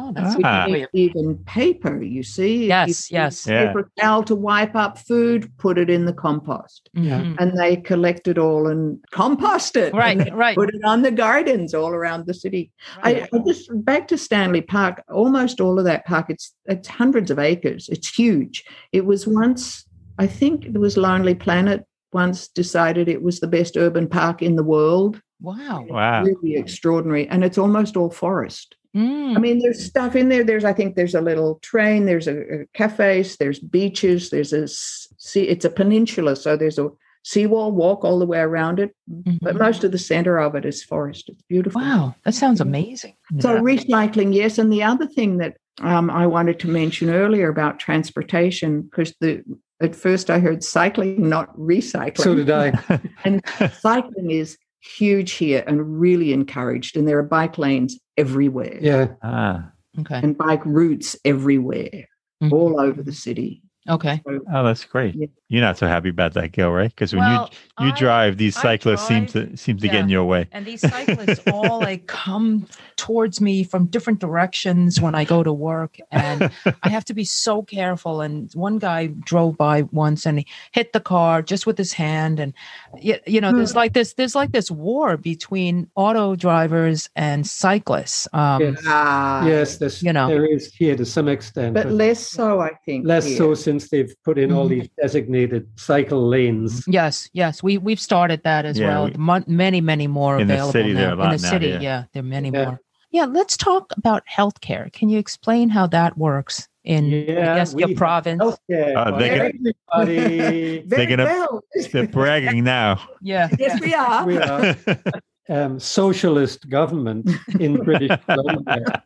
S1: Oh,
S3: That's
S1: that's
S2: Ah.
S1: ah.
S3: because even paper, you see. if
S1: Yes,
S3: you
S1: yes.
S2: Yeah.
S3: Paper towel to wipe up food, put it in the compost.
S4: Yeah.
S1: Mhm.
S3: and they collect it all and compost it. and
S1: Right, right.
S3: Put it on the gardens all around the city. I,
S1: right.
S3: I just back to Stanley Park. Almost all of that park, it's it's hundreds of acres. It's huge. It was once, I think, it was Lonely Planet once decided it was the best urban park in the world.
S1: wow.
S2: wow.
S3: Really extraordinary, and it's almost all forest.
S1: Mm.
S3: I mean,
S4: Mm-hmm.
S3: there's stuff in there. There's, I think, there's a little train. There's a, a cafes. There's beaches. There's a s- sea. It's a peninsula, so there's a seawall walk all the way around it. But
S4: Mm-hmm.
S1: Mhm.
S3: most of the center of it is forest. It's beautiful.
S1: Wow, that sounds amazing.
S3: So
S2: Yeah.
S3: recycling, yes. And the other thing that um, I wanted to mention earlier about transportation, because the at first I heard cycling, not recycling.
S4: So did I.
S3: And cycling is huge here and really encouraged. And there are bike lanes everywhere.
S4: Yeah.
S2: Ah,
S1: Okay.
S3: and bike routes everywhere,
S4: Mm.
S1: Mhm.
S3: all over the city.
S1: Okay.
S2: oh, that's great.
S3: Yeah.
S2: You're not so happy about that, Gil, right? Because when you you
S1: I-
S2: drive, these
S1: I
S2: cyclists seem
S1: drive,
S2: to seem to
S1: yeah.
S2: get in your way.
S1: And these cyclists all like come towards me from different directions when I go to work. And I have to be so careful. And one guy drove by once and he hit the car just with his hand. And y- you know, there's like this, there's like this war between auto drivers and cyclists. Um,
S4: Yes.
S3: Ah,
S4: Yes, there's,
S1: you know.
S4: there is here to some extent,
S3: but
S4: but,
S3: less so, I think.
S4: less
S3: here. Mm-hmm.
S4: so since they've put in all
S1: Mhm.
S4: these designated cycle lanes.
S1: Yes, yes, we we've started that as
S2: Yeah,
S1: well.
S2: we-
S1: Mon- many, many more
S2: In the
S1: available
S2: city, there
S1: now.
S2: are a lot
S1: in the
S2: now,
S1: city,
S2: yeah.
S1: there are many
S4: Yeah.
S1: more. Yeah, let's talk about healthcare. Can you explain how that works in
S4: Yeah,
S1: I guess
S4: we
S1: your
S4: have
S3: Mm-hmm.
S1: province?
S4: Healthcare
S2: Uh,
S4: for
S2: they
S3: get-
S4: everybody.
S3: Very
S2: They're gonna-
S3: well.
S2: They're bragging now.
S1: Yeah.
S3: yes, we are.
S4: we are um, socialist government in British Columbia.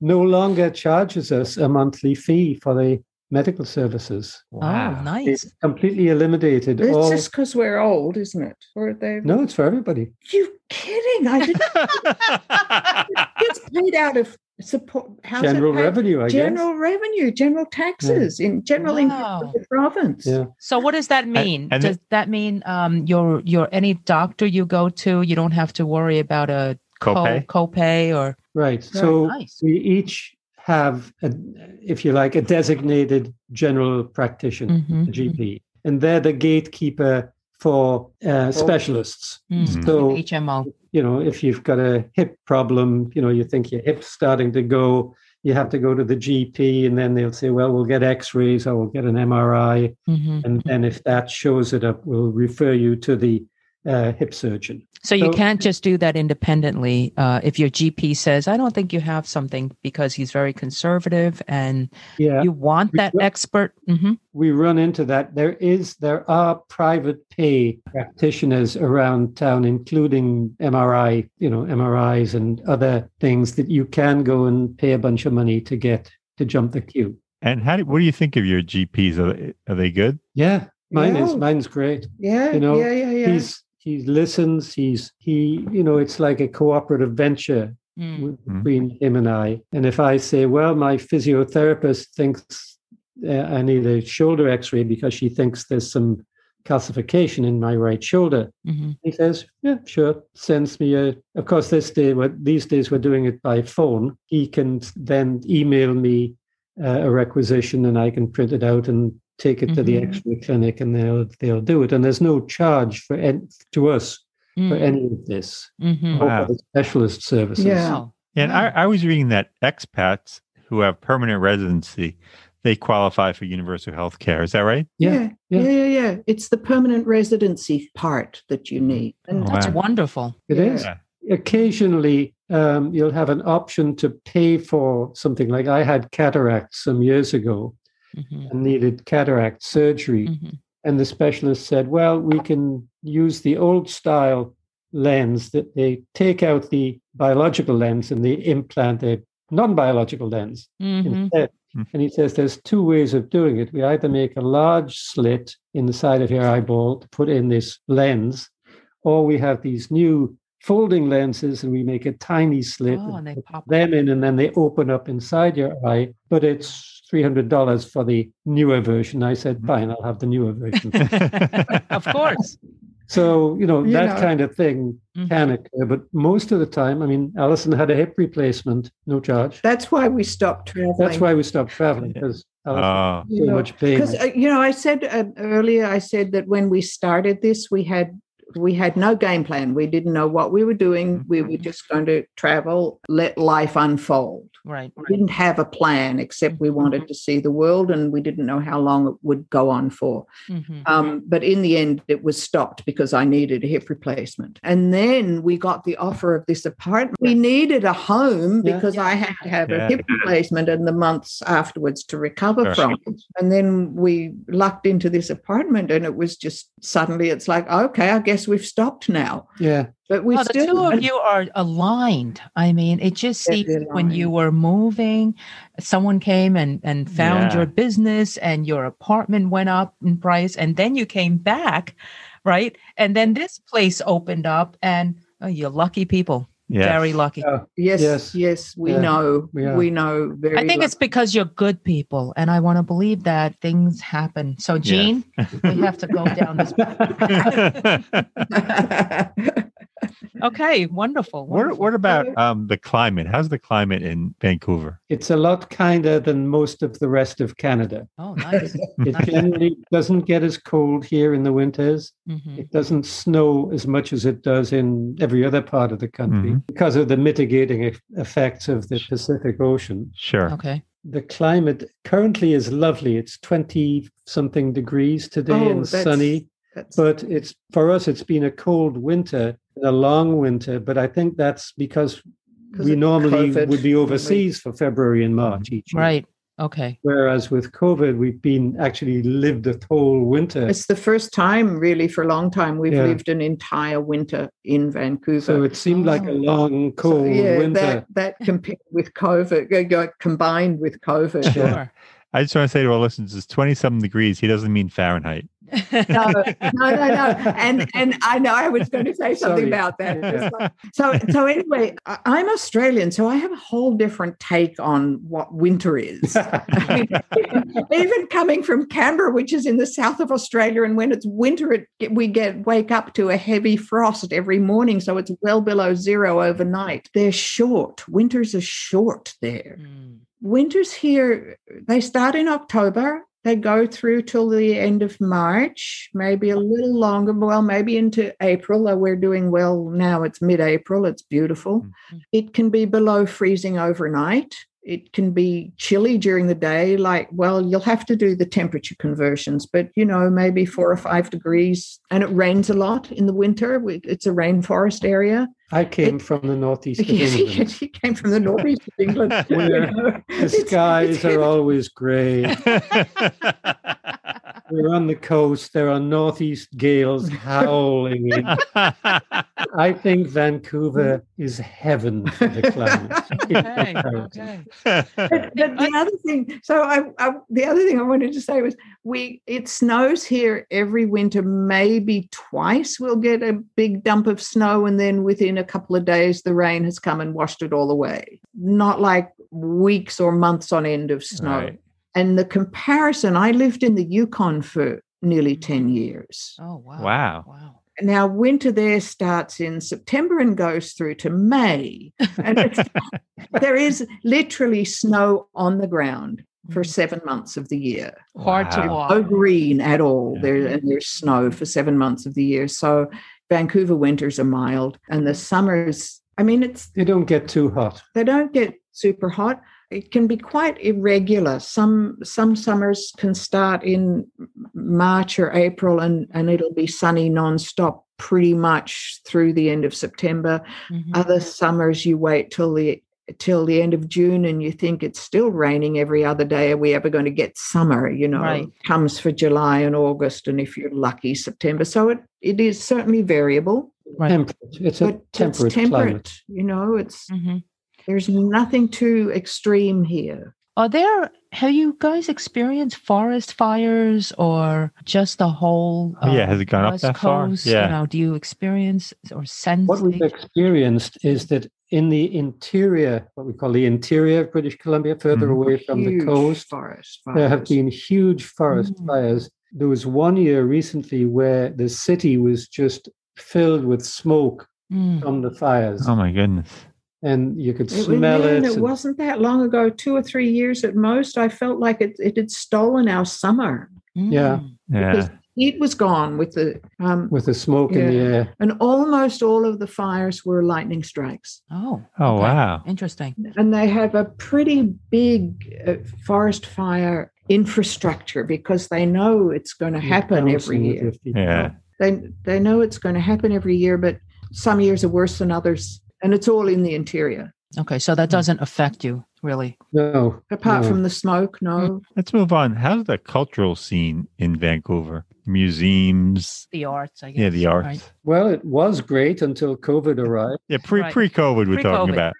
S4: No longer charges us a monthly fee for the medical services.
S1: Oh, nice.
S4: It's completely eliminated
S3: It's
S4: all.
S3: just because we're old, isn't it? Or they?
S4: No, it's for everybody.
S3: You kidding? I didn't
S1: Oh.
S2: wow.
S3: it's paid out of support how's it
S4: General
S3: paid?
S4: revenue, I
S3: general revenue, general taxes in general income
S1: Wow.
S3: of the province.
S4: Yeah.
S1: So what does that mean?
S2: and
S1: does
S2: it-
S1: that mean um, your your any doctor you go to, you don't have to worry about a co-
S2: Copay.
S1: copay or
S4: guess. Right.
S1: Very
S4: So
S1: nice.
S4: we each have, a, if you like, a designated general practitioner.
S1: Mhm.
S4: the GP, and they're the gatekeeper for uh, specialists.
S1: Mhm.
S4: So
S1: HMO.
S4: you know, if you've got a hip problem, you know, you think your hip's starting to go, you have to go to the GP, and then they'll say, "Well, we'll get X-rays, or we'll get an MRI,"
S1: Mhm.
S4: and then if that shows it up, we'll refer you to the uh, hip surgeon.
S1: So you
S4: So-
S1: can't just do that independently. Uh, if your GP says, "I don't think you have something," because he's very conservative, and
S4: Yeah,
S1: you want
S4: We
S1: that
S4: don't-
S1: expert. hmm
S4: we run into that. There is there are private pay practitioners around town, including MRI, you know, MRIs and other things that you can go and pay a bunch of money to get to jump the queue.
S2: And how? Do, what do you think of your GPs? Are they, are they good?
S4: Yeah, mine is
S3: Yeah.
S4: mine's great.
S3: Yeah,
S4: You know,
S3: yeah, yeah, yeah.
S4: He's he listens. He's he you know it's like a cooperative venture
S1: Mm-hmm.
S4: w-
S2: Mhm.
S4: between him and I. And if I say, well, my physiotherapist thinks uh, I need a shoulder x ray because she thinks there's some calcification in my right shoulder,
S1: hmm
S4: he says, yeah, sure, sends me a. Of course, this day, well, these days we're doing it by phone. He can then email me uh, a requisition and I can print it out and take it to the
S1: Mhm.
S4: x ray clinic and they'll, they'll do it. And there's no charge for en- to us
S1: Mm.
S4: for any of this.
S1: Mm-hmm.
S4: or
S2: Wow.
S4: for the specialist services.
S3: Yeah.
S2: And
S1: Mm.
S2: I, I was reading that expats who have permanent residency, they qualify for universal health care. Is that right?
S4: Yeah,
S3: yeah, yeah, yeah, yeah. It's the permanent residency part that you need. And
S2: Oh,
S1: That's
S2: Wow.
S1: wonderful.
S4: It is.
S2: Yeah.
S4: Occasionally, um, you'll have an option to pay for something like I had cataracts some years ago
S1: hmm
S4: and needed cataract surgery.
S1: hmm
S4: And the specialist said, well, we can use the old style lens that they take out the biological lens and they implant a non biological lens
S1: hmm
S4: instead.
S2: Mhm.
S4: And he says there's two ways of doing it. We either make a large slit in the side of your eyeball to put in this lens, or we have these new folding lenses and we make a tiny slit,
S1: Oh, and
S4: and
S1: they
S4: put
S1: pop up.
S4: them in, and then they open up inside your eye. But it's $300 for the newer version. I said,
S2: Mhm.
S4: fine, I'll have the newer version.
S1: Of course.
S4: so, you know,
S3: You
S4: that
S3: know.
S4: kind of thing
S1: Mhm.
S4: can occur. But most of the time, I mean, Alison had a hip replacement, no charge.
S3: that's why we stopped traveling.
S4: That's why we stopped traveling because
S2: Oh,
S4: too much pain.
S3: Because uh, you know, I said uh, earlier, I said that when we started this, we had we had no game plan. We didn't know what we were doing. We were just going to travel, let life unfold.
S1: Right.
S3: We didn't have a plan except we wanted to see the world, and we didn't know how long it would go on for.
S1: hmm
S3: Um, but in the end, it was stopped because I needed a hip replacement. And then we got the offer of this apartment. We needed a home
S4: Yeah.
S3: because I had to have
S2: Yeah.
S3: a hip replacement and the months afterwards to recover
S2: Sure.
S3: from. it. And then we lucked into this apartment, and it was just suddenly it's like, okay, I guess we've stopped now.
S4: yeah.
S3: But we
S1: Well, the
S3: still
S1: two of you are aligned. I mean, it just
S3: Very
S1: seems when you
S3: aligned.
S1: were moving, someone came and, and found
S2: Yeah.
S1: your business and your apartment went up in price. And then you came back, right? And then this place opened up and oh, you're lucky people.
S2: yeah.
S1: Very lucky.
S3: yes,
S4: Yes.
S3: yes, we
S4: Yeah.
S3: know,
S4: We are.
S3: we know very.
S1: I think it's because you're good people. And I want to believe that things happen. So, Gene, we have to go down this.
S3: it's.
S1: Okay. Wonderful.
S2: what
S1: wonderful.
S2: What about um, the climate? How's the climate in Vancouver?
S4: it's a lot kinder than most of the rest of Canada.
S1: Oh, nice.
S4: It generally doesn't get as cold here in the winters.
S1: hmm
S4: It doesn't snow as much as it does in every other part of the country
S2: Mhm.
S4: because of the mitigating eff- effects of the Pacific Ocean.
S2: Sure.
S1: Okay.
S4: The climate currently is lovely. It's 20 something degrees today
S3: Oh,
S4: and
S3: that's-
S4: sunny, but it's for us it's been a cold winter and a long winter, but I think that's because
S3: 'Cause
S4: we
S3: of
S4: normally
S3: COVID.
S4: would be overseas for February and March each year.
S1: Right. Okay.
S4: Whereas with COVID, we've been actually lived the whole winter.
S3: It's the first time, really, for a long time, we've
S4: Yeah.
S3: lived an entire winter in Vancouver.
S4: So it seemed like a long,
S3: Oh. So,
S4: cold
S3: yeah,
S4: winter.
S3: that that compared with COVID, uh, uh, combined with COVID,
S1: Sure.
S2: Yeah. I just want to say to our listeners, it's 20 something degrees. He doesn't mean Fahrenheit.
S3: no, no, no, no. And and I know I was going to say something
S4: Sorry.
S3: about that.
S4: Yeah.
S3: It's like- So so anyway, I- I'm Australian, so I have a whole different take on what winter is. I mean, even coming from Canberra, which is in the south of Australia, and when it's winter, it, we get wake up to a heavy frost every morning, so it's well below zero overnight. They're short. Winters are short there.
S2: Mm.
S3: Winters here they start in October. They go through till the end of March, maybe a little longer. Well, maybe into April. Though we're doing well now. It's mid-April. It's beautiful.
S4: Mm-hmm.
S3: It can be below freezing overnight. It can be chilly during the day. Like, well, you'll have to do the temperature conversions, but you know, maybe four or five degrees. And it rains a lot in the winter. We- It's a rainforest area.
S4: I came
S3: It-
S4: from the northeast of England.
S3: she came from the northeast of England. you
S4: Where
S3: know.
S4: The
S3: It's-
S4: skies
S3: it's-
S4: are always grey. We're on the coast. There are northeast gales howling. in. I think Vancouver is heaven for the climate.
S5: Okay. okay.
S3: but, but the other thing, so I, I, the other thing I wanted to say was, we it snows here every winter. Maybe twice we'll get a big dump of snow, and then within a couple of days, the rain has come and washed it all away. Not like weeks or months on end of snow.
S2: Right.
S3: And the comparison, I lived in the Yukon for nearly
S5: Mhm.
S3: ten years.
S5: Oh wow.
S2: Wow.
S5: Wow.
S3: Now winter there starts in September and goes through to May, and it's there is literally snow on the ground for
S1: Mm.
S5: Mhm.
S3: seven months of the year.
S5: Hard to
S2: Wow.
S5: walk.
S1: Oh.
S3: No green at all.
S2: Yeah.
S3: There and there's snow for seven months of the year. So Vancouver winters are mild, and the summers. I mean, it's
S4: They don't get too hot.
S3: they don't get super hot. It can be quite irregular. Some some summers can start in March or April, and and it'll be sunny nonstop pretty much through the end of September
S5: Mhm.
S3: other
S4: Mm-hmm.
S3: summers you wait till the till the end of June and you think it's still raining every other day. Are we ever going to get summer? You know,
S5: Right.
S3: comes for July and August, and if you're lucky, September. So it it is certainly variable,
S5: Right.
S4: Temperate. It's a
S3: but
S4: temperate,
S3: it's temperate.
S4: climate. Mm-hmm.
S3: You know, it's
S5: Mhm.
S3: there's nothing too extreme here.
S5: Are there? Have you guys experienced forest fires or just the whole? uh,
S2: Oh, yeah, has it gone up
S5: West
S2: that far?
S5: Coast,
S2: Yeah.
S5: You know, do you experience or sense?
S4: What we've
S5: nature?
S4: experienced is that in the interior, what we call the interior of British Columbia, further
S2: Mhm.
S4: away from the
S3: Mm-hmm. Huge
S4: coast,
S3: forest.
S4: There have
S3: fires.
S4: been huge forest
S5: Mm.
S4: fires. There was one year recently where the city was just filled with smoke
S5: Mm.
S4: from the fires,
S2: oh my goodness.
S4: and you could
S3: Um, It, was-
S4: smell
S3: man,
S4: it.
S3: it
S4: and-
S3: wasn't that long ago, two or three years at most. I felt like it, it had stolen our summer.
S4: Yeah.
S5: Mm.
S2: Yeah.
S3: Because Heat was gone with the um,
S4: with the smoke in the
S3: Yeah.
S4: air.
S3: and almost all of the fires were lightning strikes.
S5: Oh.
S2: Oh
S5: okay.
S2: wow.
S5: Interesting.
S3: And they have a pretty big uh, forest fire infrastructure because they know it's going to happen every
S4: Bouncing with
S3: year.
S4: your feet.
S2: Yeah.
S3: They they know it's going to happen every year, but some years are worse than others, and it's all in the interior.
S5: Okay, so
S2: Hmm.
S5: that doesn't affect you really.
S4: No.
S3: Apart
S4: no.
S3: from the smoke,
S4: Mm.
S3: no.
S2: Let's move on. How's the cultural scene in Vancouver? Museums.
S5: The arts, I guess.
S2: Yeah, the arts.
S5: right?
S4: Well, it was great until COVID arrived.
S2: Yeah, pre
S5: Right.
S2: pre COVID we're
S5: Pre-COVID.
S2: talking about.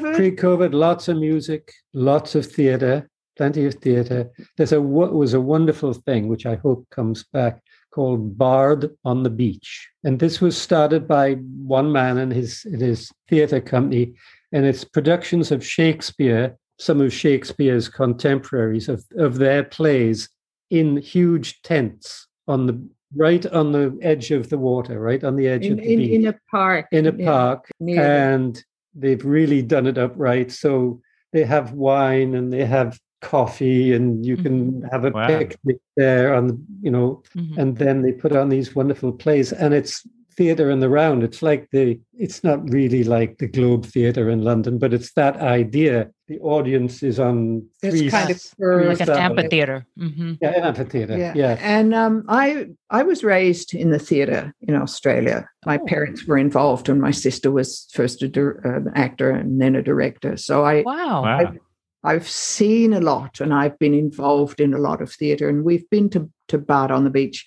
S3: COVID,
S4: Pre COVID, lots of music, lots of theater, plenty of theater. There's a what was a wonderful thing, which I hope comes back, called Bard on the Beach. And this was started by one man and his and his theater company, and it's productions of Shakespeare, some of Shakespeare's contemporaries of, of their plays in huge tents on the right on the edge of the water, right on the edge
S3: in,
S4: of the
S3: in,
S4: beach.
S3: in a park,
S4: in a
S3: yeah,
S4: park uh,
S3: near the-
S4: and they've really done it up right. So they have wine and they have coffee, and you
S3: Mm-hmm.
S4: can have a
S2: Wow.
S4: picnic there. On the- you know,
S5: Mhm.
S4: and then they put on these wonderful plays, and it's theater in the round. It's like the it's not really like the Globe Theatre in London, but it's that idea. The audience is on
S3: It's
S4: three
S3: kind of
S4: s-
S3: curved.
S4: three
S5: Like an
S4: sides.
S5: amphitheater. hmm
S4: Yeah, an amphitheater. Yeah.
S3: And um, I I was raised in the theatre in Australia. My
S5: Oh.
S3: parents were involved, and my sister was first a dir- uh, an actor and then a director. So I
S1: Oh,
S5: Wow.
S2: Wow.
S3: I've seen a lot, and I've been involved in a lot of theatre. And we've been to to Bart on the Beach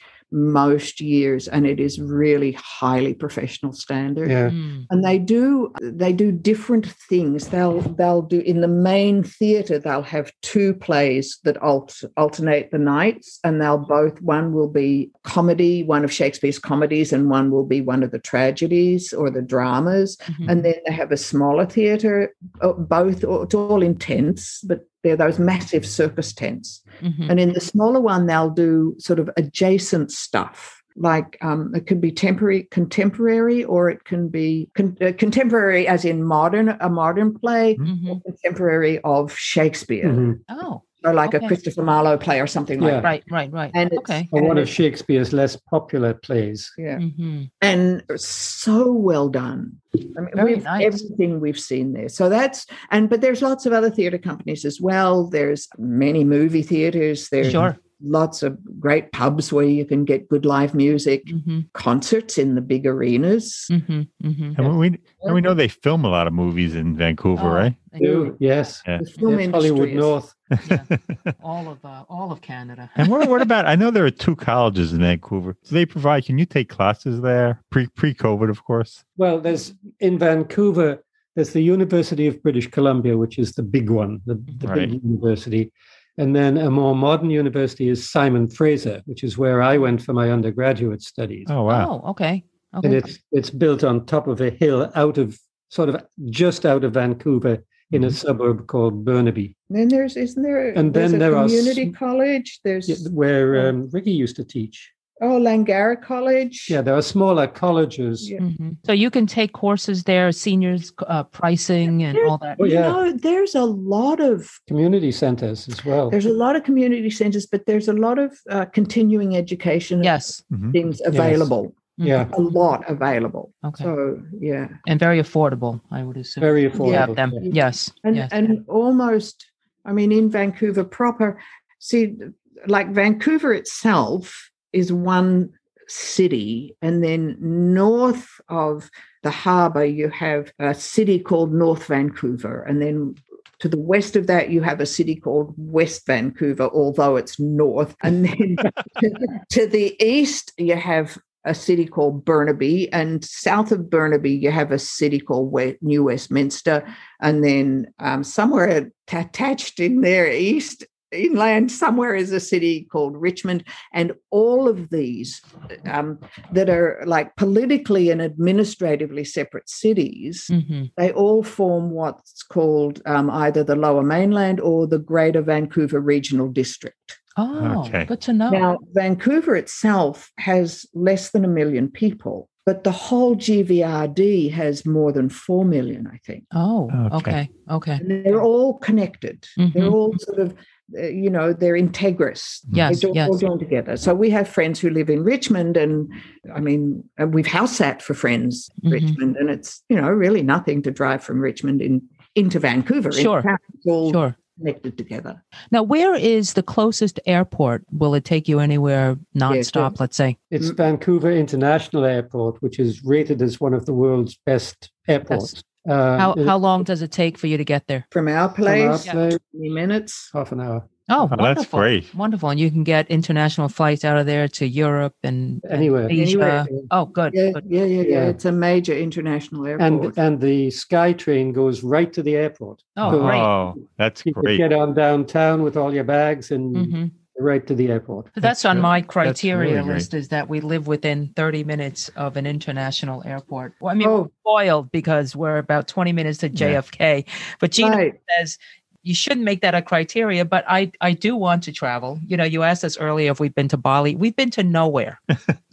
S3: most years and it is really highly professional standard
S4: Yeah.
S5: Mm-hmm.
S1: Mm.
S3: and they do they do different things they'll they'll do in the main theater they'll have two plays that alt, alternate the nights and they'll both one will be comedy one of shakespeare's comedies and one will be one of the tragedies or the dramas
S1: Mhm.
S3: and then they have a smaller theater uh, both or it's all in tents but they're those massive circus tents
S5: Mm-hmm.
S1: Mhm.
S3: and in the smaller one, they'll do sort of adjacent stuff. Like um, it can be temporary, contemporary, or it can be con- uh, contemporary, as in modern, a modern play,
S2: Hmm.
S5: Mm-hmm.
S1: Mhm.
S3: contemporary of Shakespeare,
S4: Mhm.
S1: Oh,
S3: or like
S1: Okay.
S3: a Christopher Marlowe play, or something like
S4: Yeah.
S3: that.
S1: right, right, right.
S3: And it's-
S1: okay.
S4: Or one
S3: And
S4: of Shakespeare's less popular plays.
S3: Yeah,
S1: Mhm.
S3: and so well done. I mean,
S1: Very
S3: we've-
S1: nice.
S3: everything we've seen there. So that's and but there's lots of other theatre companies as well. There's many movie theatres. There's
S1: Sure.
S3: lots of great pubs where you can get good live music.
S4: Mm.
S1: Mm-hmm.
S3: concerts in the big arenas.
S1: Mm-hmm. Mm-hmm.
S2: And we and we know they film a lot of movies in Vancouver,
S1: Oh.
S2: right?
S4: Ooh, Yes.
S3: The film
S4: Yes,
S3: industry
S4: Hollywood
S3: is-
S4: North.
S1: all of uh, all of Canada.
S2: and what, what about? I know there are two colleges in Vancouver. So they provide. Can you take classes there pre pre COVID, of course?
S4: Well, there's in Vancouver, there's the University of British Columbia, which is the big one, the, the
S2: Right.
S4: big university. And then a more modern university is Simon Fraser, which is where I went for my undergraduate studies.
S2: Oh wow!
S1: Oh, okay. Okay.
S4: And it's it's built on top of a hill out of sort of just out of Vancouver in a
S2: Mhm.
S4: suburb called Burnaby,
S3: Then there's isn't there?
S4: Mm. And
S3: there's
S4: then
S3: a
S4: there are
S3: community
S4: sm-
S3: college. There's
S4: where um, Ricky used to teach.
S3: oh Langara College.
S4: Yeah, there are smaller colleges.
S3: Yeah.
S1: Mhm. So you can take courses there, seniors uh, pricing and all that.
S4: Oh,
S3: You
S4: yeah.
S3: know, there's a lot of
S4: community centers as well.
S3: there's a lot of community centres, but there's a lot of uh, continuing education
S1: Yes.
S2: Mhm.
S3: things available.
S1: Mhm.
S4: Yeah.
S3: A lot available.
S1: Okay.
S3: So yeah,
S1: and very affordable, I would assume.
S4: very
S1: to have
S4: affordable.
S1: them.
S4: yeah.
S1: Yes.
S3: and
S1: yes.
S3: and almost i mean in vancouver proper see like vancouver itself is one city and then north of the harbour you have a city called north vancouver and then to the west of that you have a city called west vancouver although it's north and then to the east you have a city called burnaby and south of burnaby you have a city called we- new westminster and then um, somewhere t- attached in there, east inland, somewhere is a city called Richmond. And all of these um, that are like politically and administratively separate cities,
S1: hmm
S3: they all form what's called um, either the Lower Mainland or the Greater Vancouver Regional District.
S1: Oh,
S2: Okay.
S1: good to know.
S3: Now, Vancouver itself has less than a million people. But the whole GVRD has more than 4 million, I think.
S1: oh,
S2: Okay.
S1: okay. Okay.
S3: And they're all connected. They're
S1: Mhm.
S3: all sort of, uh, you know, they're integrous.
S1: Yes.
S3: they're all
S1: Yes.
S3: joined together. So we have friends who live in Richmond, and I mean, and we've house sat for friends in
S1: Mhm.
S3: Richmond, and it's you know really nothing to drive from Richmond in into Vancouver. In
S1: Sure.
S3: fact, It's all
S1: Sure.
S3: connected together.
S1: Now, where is the closest airport? Will it take you anywhere nonstop,
S3: sure.
S1: let's say?
S4: It's
S3: Mm.
S4: Vancouver International Airport, which is rated as one of the world's best airports. Uh,
S1: How,
S4: it-
S1: how long does it take for you to get there?
S3: From our
S4: from our
S3: place,
S1: Yeah.
S4: place,
S3: twenty minutes.
S4: half an hour.
S1: Oh,
S2: Oh,
S1: wonderful.
S2: that's great.
S1: Wonderful. And you can get international flights out of there to Europe and and
S4: Anywhere.
S1: Asia.
S3: Anywhere.
S1: Oh, good.
S3: Yeah,
S1: good.
S3: yeah, yeah, yeah, uh,
S4: Yeah.
S3: It's a major international airport.
S4: And and the SkyTrain goes right to the airport.
S1: Oh, great.
S2: Oh, that's
S4: You can
S2: great.
S4: get on downtown with all your bags and
S1: hmm
S4: right to the airport.
S1: So that's,
S2: That's
S1: on
S2: good.
S1: my
S2: That's really
S1: criteria
S2: great.
S1: list is that we live within 30 minutes of an international airport. Well, I mean,
S3: oh,
S1: spoiled because we're about 20 minutes to
S2: Yeah.
S1: JFK. But Gina
S3: right.
S1: says you shouldn't make that a criteria, but I, I do want to travel. You know, you asked us earlier if we've been to Bali. We've been to nowhere.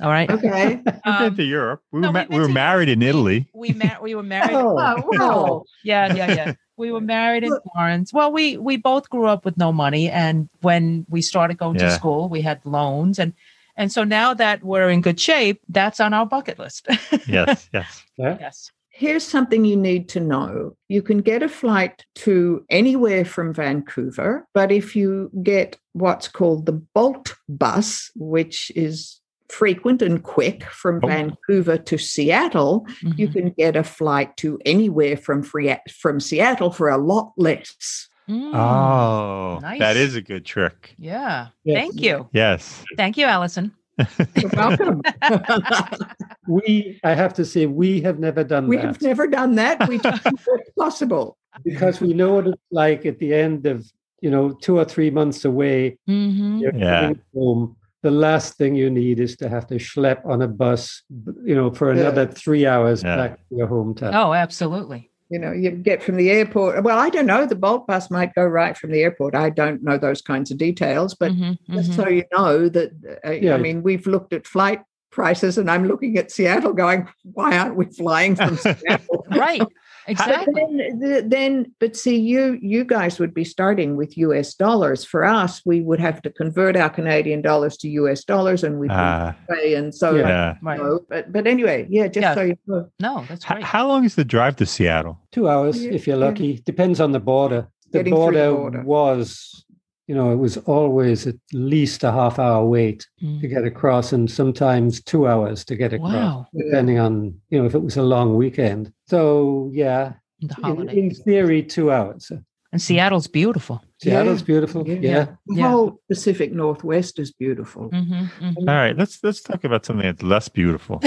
S1: All right.
S3: Okay.
S2: We've
S1: Um,
S2: been to Europe. We
S1: no,
S2: were,
S1: we've
S2: ma-
S1: been
S2: we were
S1: to-
S2: married in Italy.
S1: we ma- we were married.
S3: oh, wow.
S1: Yeah, yeah, yeah. We were married in Florence. Well, we we both grew up with no money, and when we started going to
S2: Yeah.
S1: school, we had loans, and and so now that we're in good shape, that's on our bucket list.
S2: Yes, yes.
S1: yes.
S3: Here's something you need to know. You can get a flight to anywhere from Vancouver, but if you get what's called the Bolt bus, which is frequent and quick from
S2: Oh.
S3: Vancouver to Seattle, you
S1: Mhm.
S3: can get a flight to anywhere from free- from Seattle for a lot less.
S1: Mm.
S2: Oh,
S1: Nice.
S2: that is a good trick.
S1: Yeah.
S4: Yes.
S1: Thank you.
S2: Yes.
S1: Thank you, Allison.
S4: welcome. we, I have to say, we have never done
S3: We
S4: that
S3: have never done that. We just it's possible.
S4: because we know what it's like at the end of, you know, two or three months away.
S1: Mm-hmm.
S4: you're
S2: Yeah.
S4: coming Home, the last thing you need is to have to schlep on a bus, you know, for
S3: Yeah.
S4: another three hours
S2: Yeah.
S4: back to your hometown.
S1: Oh, absolutely.
S3: You know, you get from the airport. Well, I don't know. The Bolt bus might go right from the airport. I don't know those kinds of details, but
S1: Mhm,
S3: just
S1: mhm.
S3: so you know that uh,
S4: Yeah.
S3: I mean, we've looked at flight prices, and I'm looking at Seattle, going, why aren't we flying from Seattle?
S1: right.
S3: But
S1: Exactly.
S3: then, then, but see, you you guys would be starting with U.S. dollars. For us, we would have to convert our Canadian dollars to U.S. dollars, and we'd
S2: Ah,
S3: pay. And so,
S4: Yeah.
S2: yeah.
S3: you
S1: Right.
S3: know, but but anyway, yeah, just
S1: Yeah.
S3: so you know,
S1: No, that's
S2: H-
S1: great.
S2: how long is the drive to Seattle?
S4: Two hours
S3: Yeah,
S4: if you're
S3: yeah.
S4: lucky. Depends on the border. The
S3: Getting through the
S4: border,
S3: border.
S4: was, you know, it was always at least a half hour wait to
S1: Mm.
S4: get across, and sometimes two hours to get across,
S1: Wow.
S4: depending on you know if it was a long weekend. So yeah,
S1: The
S4: in,
S1: holiday.
S4: in theory, two hours.
S1: And Seattle's beautiful.
S4: Seattle's beautiful.
S3: Yeah.
S4: yeah.
S3: the
S1: Yeah.
S3: whole Pacific Northwest is beautiful.
S1: hmm
S3: mm-hmm.
S2: All right, let's let's talk about something that's less beautiful.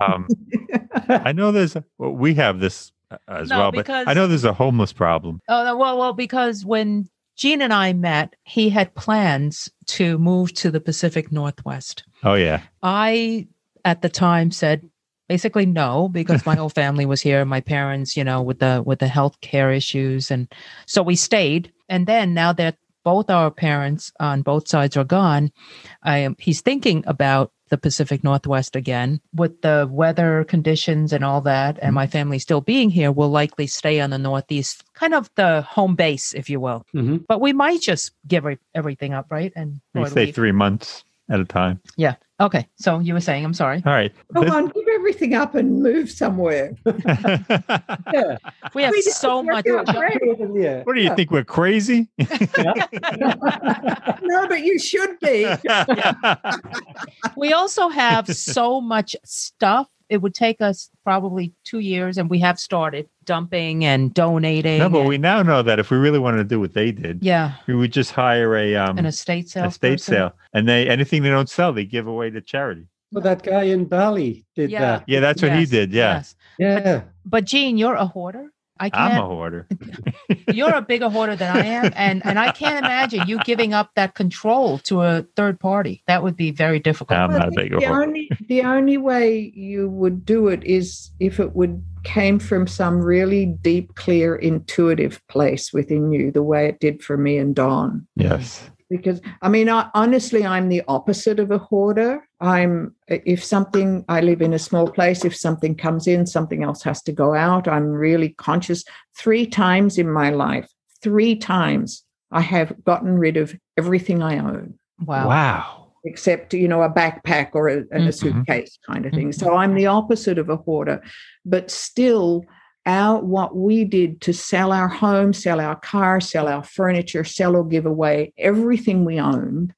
S2: um, I know there's well, we have this uh, as
S1: No,
S2: well, but
S1: because-
S2: I know there's a homeless problem.
S1: Oh, no, well, well, because when Gene and I met, he had plans to move to the Pacific Northwest.
S2: Oh yeah,
S1: I, at the time, said basically no because my whole family was here. My parents, you know, with the with the health care issues, and so we stayed. And then now that both our parents on both sides are gone, I am. He's thinking about the Pacific Northwest again with the weather conditions and all that. And
S2: Mm-hmm.
S1: my family still being here will likely stay on the Northeast, kind of the home base, if you will.
S4: Mhm.
S1: But we might just give every- everything up, right? And
S2: we
S1: or
S2: stay
S1: leave.
S2: three months at a time.
S1: Okay, so you were saying, I'm sorry.
S2: All right,
S3: Come on, give everything up and move somewhere.
S2: what
S4: Yeah.
S1: We have
S3: We just
S1: so
S3: work
S1: much.
S3: out
S1: to-
S3: great.
S4: Yeah.
S2: do you think? We're crazy.
S3: No, but you should be.
S1: We also have so much stuff. It would take us probably two years, and we have started dumping and donating.
S2: no, but
S1: and-
S2: we now know that if we really wanted to do what they did,
S1: yeah,
S2: we would just hire a um,
S1: an
S2: an
S1: estate sale.
S2: estate sale, and they anything they don't sell, they give away to charity.
S4: Well, that guy in Bali did
S1: Yeah.
S4: that.
S2: Yeah, that's what he
S1: Yes,
S2: did. Yeah,
S1: Yes.
S4: Yeah.
S1: But Gene, you're a hoarder. I
S2: I'm a
S1: can't.
S2: hoarder.
S1: you're a bigger hoarder than I am, and and I can't imagine you giving up that control to a third party. That would be very difficult.
S2: I'm
S3: Well,
S2: not a
S3: the-
S2: big
S3: the
S2: hoarder.
S3: only the only way you would do it is if it would came from some really deep, clear, intuitive place within you, the way it did for me and Don.
S2: Yes.
S3: Because I mean, I, honestly, I'm the opposite of a hoarder. I'm if something I live in a small place. If something comes in, something else has to go out. I'm really conscious. Three times in my life, three times I have gotten rid of everything I own
S1: Wow.
S2: wow.
S3: except you know a backpack or a, and a
S1: Mhm.
S3: suitcase kind of thing so i'm the opposite of a hoarder but still our what we did to sell our home sell our car sell our furniture sell or give away everything we owned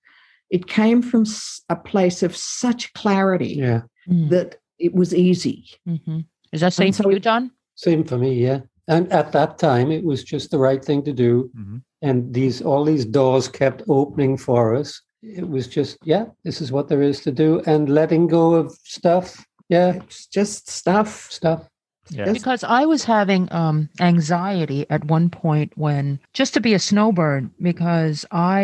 S3: it came from s- a place of such clarity
S4: Yeah.
S1: Mm.
S3: that it was easy
S1: Mhm. Is that same
S3: so
S1: for you,
S3: it-
S1: John?
S4: Same for me. Yeah. And at that time, it was just the right thing to do.
S2: Mhm.
S4: And these all these doors kept opening for us. It was just, yeah, this is what there is to do. And letting go of stuff. Yeah.
S3: it's just stuff
S4: Stuff.
S2: Yeah.
S3: Yes.
S1: because I was having um, anxiety at one point when just to be a snowbird because I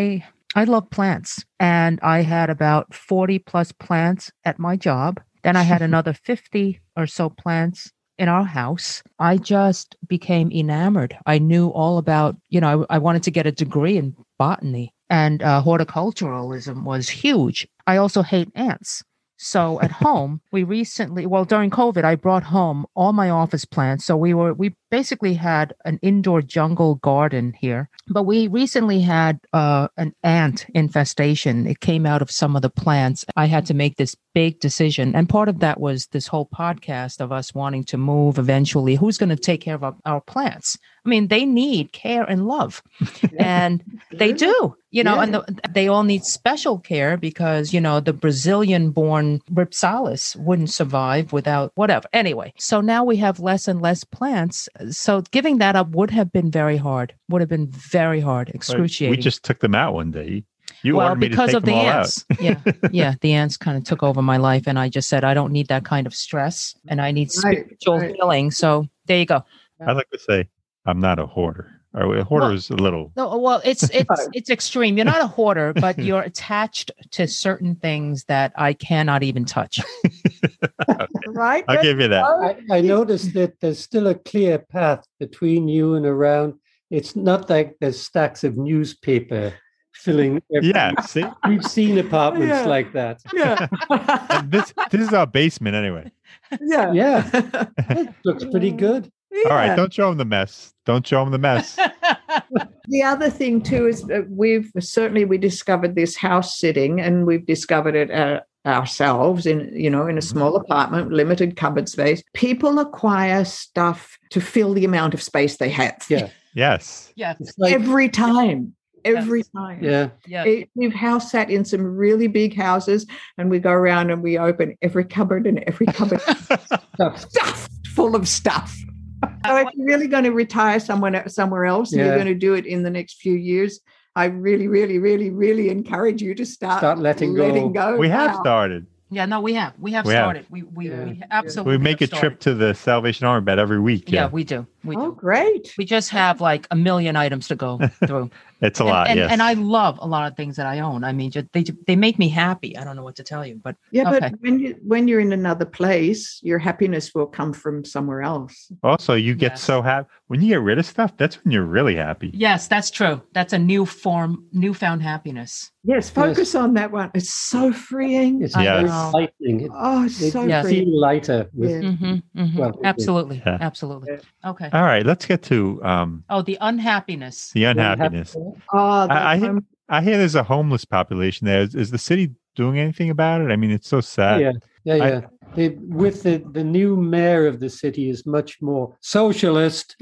S1: I love plants and I had about 40 plus plants at my job. Then I had another 50 or so plants in our house. I just became enamored. I knew all about, you know, I, I wanted to get a degree in botany and uh, horticulturalism was huge. I also hate ants. So at home, we recently, well, during COVID, I brought home all my office plants. So we were, we basically had an indoor jungle garden here. But we recently had uh, an ant infestation. It came out of some of the plants. I had to make this big decision. And part of that was this whole podcast of us wanting to move eventually. Who's going to take care of our, our plants? I mean, they need care and love. and they do you know and the, they all need special care because you know the brazilian born ripsalis wouldn't survive without whatever anyway so now we have less and less plants so giving that up would have been very hard would have been very hard
S2: But
S1: excruciating
S2: We just took them out one day. You
S5: well,
S2: wanted me to
S5: because
S2: take
S5: of the
S2: them all
S5: ants. yeah, yeah, the ants kind of took over my life, and I just said I don't need that kind of stress, and I need
S3: Right,
S5: spiritual
S3: right.
S5: healing. So there you go.
S2: out. I like to say, I'm not a hoarder. Or a hoarder
S5: Well-
S2: is a little.
S5: No, well, it's it's
S3: Hoarder.
S5: it's extreme. You're not a hoarder, but you're attached to certain things that I cannot even touch.
S3: right?
S2: I'll give you that.
S3: Oh,
S4: I, I noticed that there's still a clear path between you and around. It's not like there's stacks of newspaper filling. every-
S2: Yeah. See,
S4: We've seen apartments
S3: Yeah.
S4: like that.
S3: yeah.
S2: And this this is our basement anyway.
S3: yeah.
S4: Yeah, looks pretty good.
S2: All right.
S3: Yeah.
S2: Don't show them the mess. Don't show them the mess.
S3: The other thing too is that we've certainly we discovered this house sitting, and we've discovered it uh, ourselves in you know in a
S4: Mm-hmm.
S3: small apartment, limited cupboard space. People acquire stuff to fill the amount of space they have.
S4: Yeah.
S2: Yes.
S5: yeah,
S4: It's like,
S3: every time, every time.
S4: yeah,
S5: yeah.
S3: It- we've house sat in some really big houses, and we go around and we open every cupboard and every cupboard
S4: stuff.
S3: stuffed full of stuff. So if you're really going to retire someone somewhere else, and you're
S4: Yeah.
S3: going to do it in the next few years. I really, really, really, really encourage you to start,
S4: Start letting go.
S5: Oh,
S2: we have
S3: now.
S2: started.
S5: Yeah, no, we have we have
S2: We have.
S5: started. We we,
S4: Yeah.
S5: we absolutely
S2: We make a
S5: have
S2: trip
S5: started.
S2: to the Salvation Army bed every week.
S5: Yeah,
S2: Yeah.
S5: we do. We
S3: Oh,
S5: do.
S3: great!
S5: We just have like a million items to go through.
S2: It's a
S5: and,
S2: lot.
S5: and,
S2: yes.
S5: and I love a lot of things that I own. I mean, ju- they ju- they make me happy. I don't know what to tell you, but
S3: Yeah,
S5: Okay.
S3: but when you when you're in another place, your happiness will come from somewhere else.
S2: also, you get
S5: Yes.
S2: so happy when you get rid of stuff. That's when you're really happy.
S5: yes, that's true. That's a new form, newfound happiness.
S3: Yes, focus on that one. It's so freeing.
S4: It's
S5: I
S4: very
S5: know.
S4: lightning. It,
S3: oh, it's
S4: it
S3: so
S5: Yeah.
S4: you
S3: freeing.
S4: feel lighter with
S3: Yeah.
S5: hmm
S4: Well, we do.
S5: absolutely,
S2: Yeah.
S5: absolutely. Okay.
S2: All right. Let's get to um,
S5: Oh, the unhappiness.
S2: the
S4: when you have-
S2: unhappiness.
S3: Oh, that
S2: I- I
S3: one-
S2: I hear there's a homeless population there. Is, is the city doing anything about it? I mean, it's so sad.
S4: yeah, yeah,
S2: Uh, I-
S4: yeah. The- with the, the new mayor of the city is much more socialist.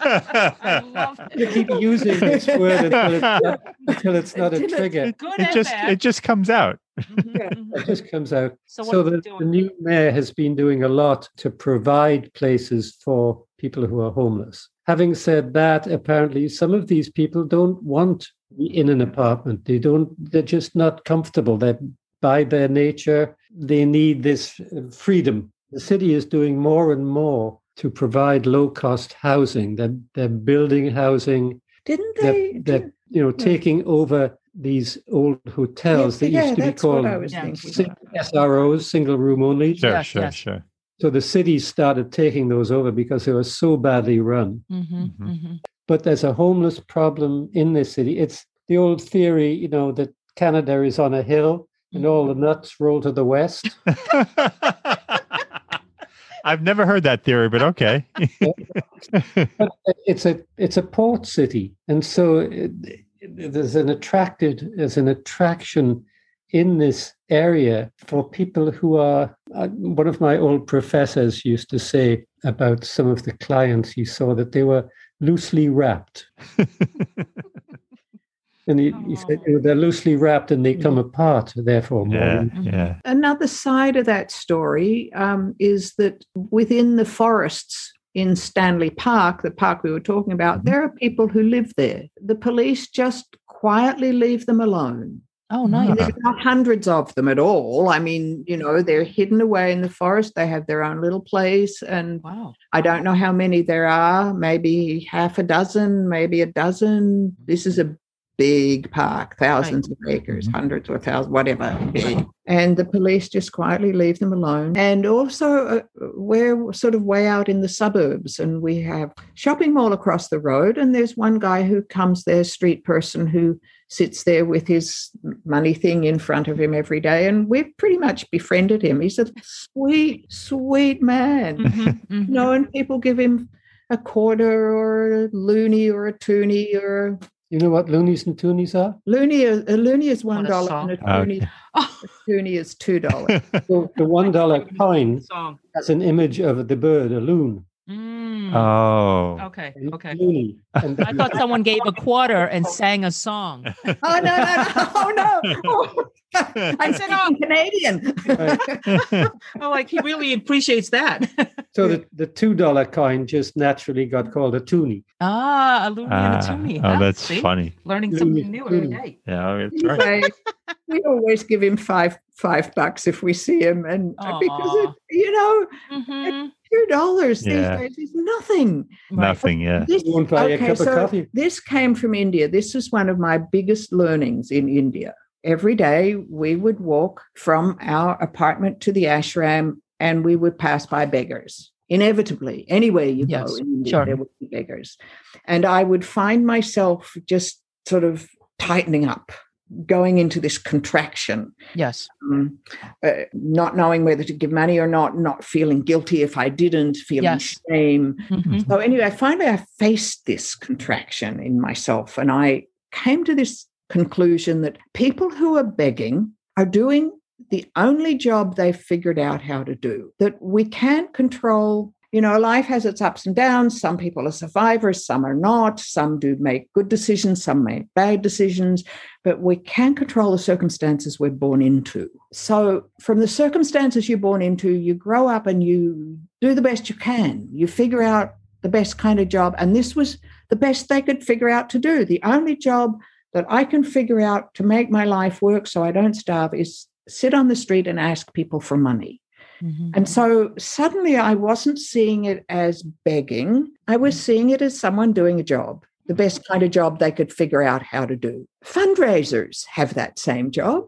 S5: I love
S4: You
S5: it.
S4: keep using this word until it's not, until it's not a
S3: Didn't-
S4: trigger.
S5: Good
S2: it
S5: and
S2: just
S5: bad.
S2: it just comes out.
S5: Mhm,
S3: Yeah.
S5: mhm.
S4: It just comes out.
S5: So what
S4: so
S5: are we
S4: the, the
S5: doing?
S4: new mayor has been doing a lot to provide places for people who are homeless. Having said that, apparently some of these people don't want to be in an apartment. They don't. They're just not comfortable. They're by their nature. They need this uh, freedom. The city is doing more and more to provide low-cost housing. They're they're building housing.
S3: didn't they?
S4: They're, they're you know
S3: yeah.
S4: taking over these old hotels that used to be
S3: that's what
S4: called
S3: I was
S5: Yeah.
S3: thinking.
S4: Sing- SROs, single room only.
S2: Sure,
S5: Yes,
S2: sure,
S5: yes.
S2: sure.
S4: So the city started taking those over because they were so badly run.
S5: Mhm,
S2: Mhm.
S5: mhm.
S4: But there's a homeless problem in this city. It's the old theory, you know, that Canada is on a hill and all the nuts roll to the west.
S2: I've never heard that theory, but okay.
S4: it's a it's a port city, and so it, it- there's an attracted there's an attraction in this area for people who are. Uh, one of my old professors used to say about some of the clients he saw that they were loosely wrapped. And he, he said
S5: Oh. Mm.
S4: you know, they're loosely wrapped and they come apart, therefore. more
S2: yeah,
S4: than-
S2: yeah.
S3: Another side of that story um, is that within the forests in Stanley Park, the park we were talking about,
S2: Mhm.
S3: there are people who live there. The police just quietly leave them alone.
S5: Oh,
S1: Uh-huh.
S5: nice.
S3: There's not hundreds of them at all. I mean, you know, they're hidden away in the forest. They have their own little place. And
S5: Wow.
S3: I don't know how many there are, maybe half a dozen, maybe a dozen. This is a big park, thousands of acres,
S2: Mhm.
S3: hundreds or thousands, whatever. Big. And the police just quietly leave them alone. And also, uh, we're sort of way out in the suburbs, and we have shopping mall across the road. And there's one guy who comes there, street person who sits there with his money thing in front of him every day. And we've pretty much befriended him. He's a sweet, sweet man.
S5: Mhm, mhm.
S3: No, and people give him a quarter or a loony or a toonie or a
S4: You know what loonies and toonies are?
S3: loony. A loony is one
S5: What a
S3: dollar
S5: song.
S3: and a toonie,
S2: Okay.
S5: Oh,
S3: a toonie is two dollars.
S4: Well, the one dollar coin
S5: song.
S4: has an image of the bird, a loon.
S5: Mm.
S2: Oh.
S5: okay.
S4: in
S5: Okay.
S4: uni. And
S5: I thought someone gave a quarter and sang a song.
S3: Oh no, no, no! Oh no! Oh, I'm thinking Canadian.
S5: Oh, like he really appreciates that.
S4: so the, the two dollar coin just naturally got called a toonie.
S5: ah, a loony and a
S2: Ah,
S5: toonie.
S2: oh,
S5: huh?
S2: that's
S5: See?
S2: funny.
S5: Learning
S4: Loony,
S5: something new every
S4: loony.
S5: day.
S2: Yeah, that's right.
S3: Anyway, we always give him five five bucks if we see him, and because
S5: Aw.
S3: it, you know,
S2: Mm-hmm.
S5: Mhm.
S3: two dollars these
S2: Yeah.
S3: days is nothing.
S5: Right.
S2: Nothing. Yeah.
S3: This-
S4: Won't buy a
S3: okay,
S4: cup
S3: so
S4: of coffee.
S3: This came from India. This was one of my biggest learnings in India. Every day we would walk from our apartment to the ashram and we would pass by beggars. Inevitably, anywhere you go
S5: Yes,
S3: in India,
S5: sure.
S3: there would be beggars. And I would find myself just sort of tightening up, going into this contraction
S5: Yes.
S3: um, uh, not knowing whether to give money or not, not feeling guilty if I didn't, feeling
S5: Yes.
S3: shame.
S5: Mhm.
S3: So, anyway, finally I faced this contraction in myself and I came to this conclusion that people who are begging are doing the only job they've figured out how to do, that we can't control. You know, life has its ups and downs. Some people are survivors, some are not. Some do make good decisions, some make bad decisions but we can control the circumstances we're born into. So, from the circumstances you're born into, you grow up and you do the best you can. You figure out the best kind of job. And this was the best they could figure out to do. The only job that I can figure out to make my life work so I don't starve is sit on the street and ask people for money.
S5: Mhm.
S3: And so suddenly I wasn't seeing it as begging. I was seeing it as someone doing a job, the best kind of job they could figure out how to do. Fundraisers have that same job.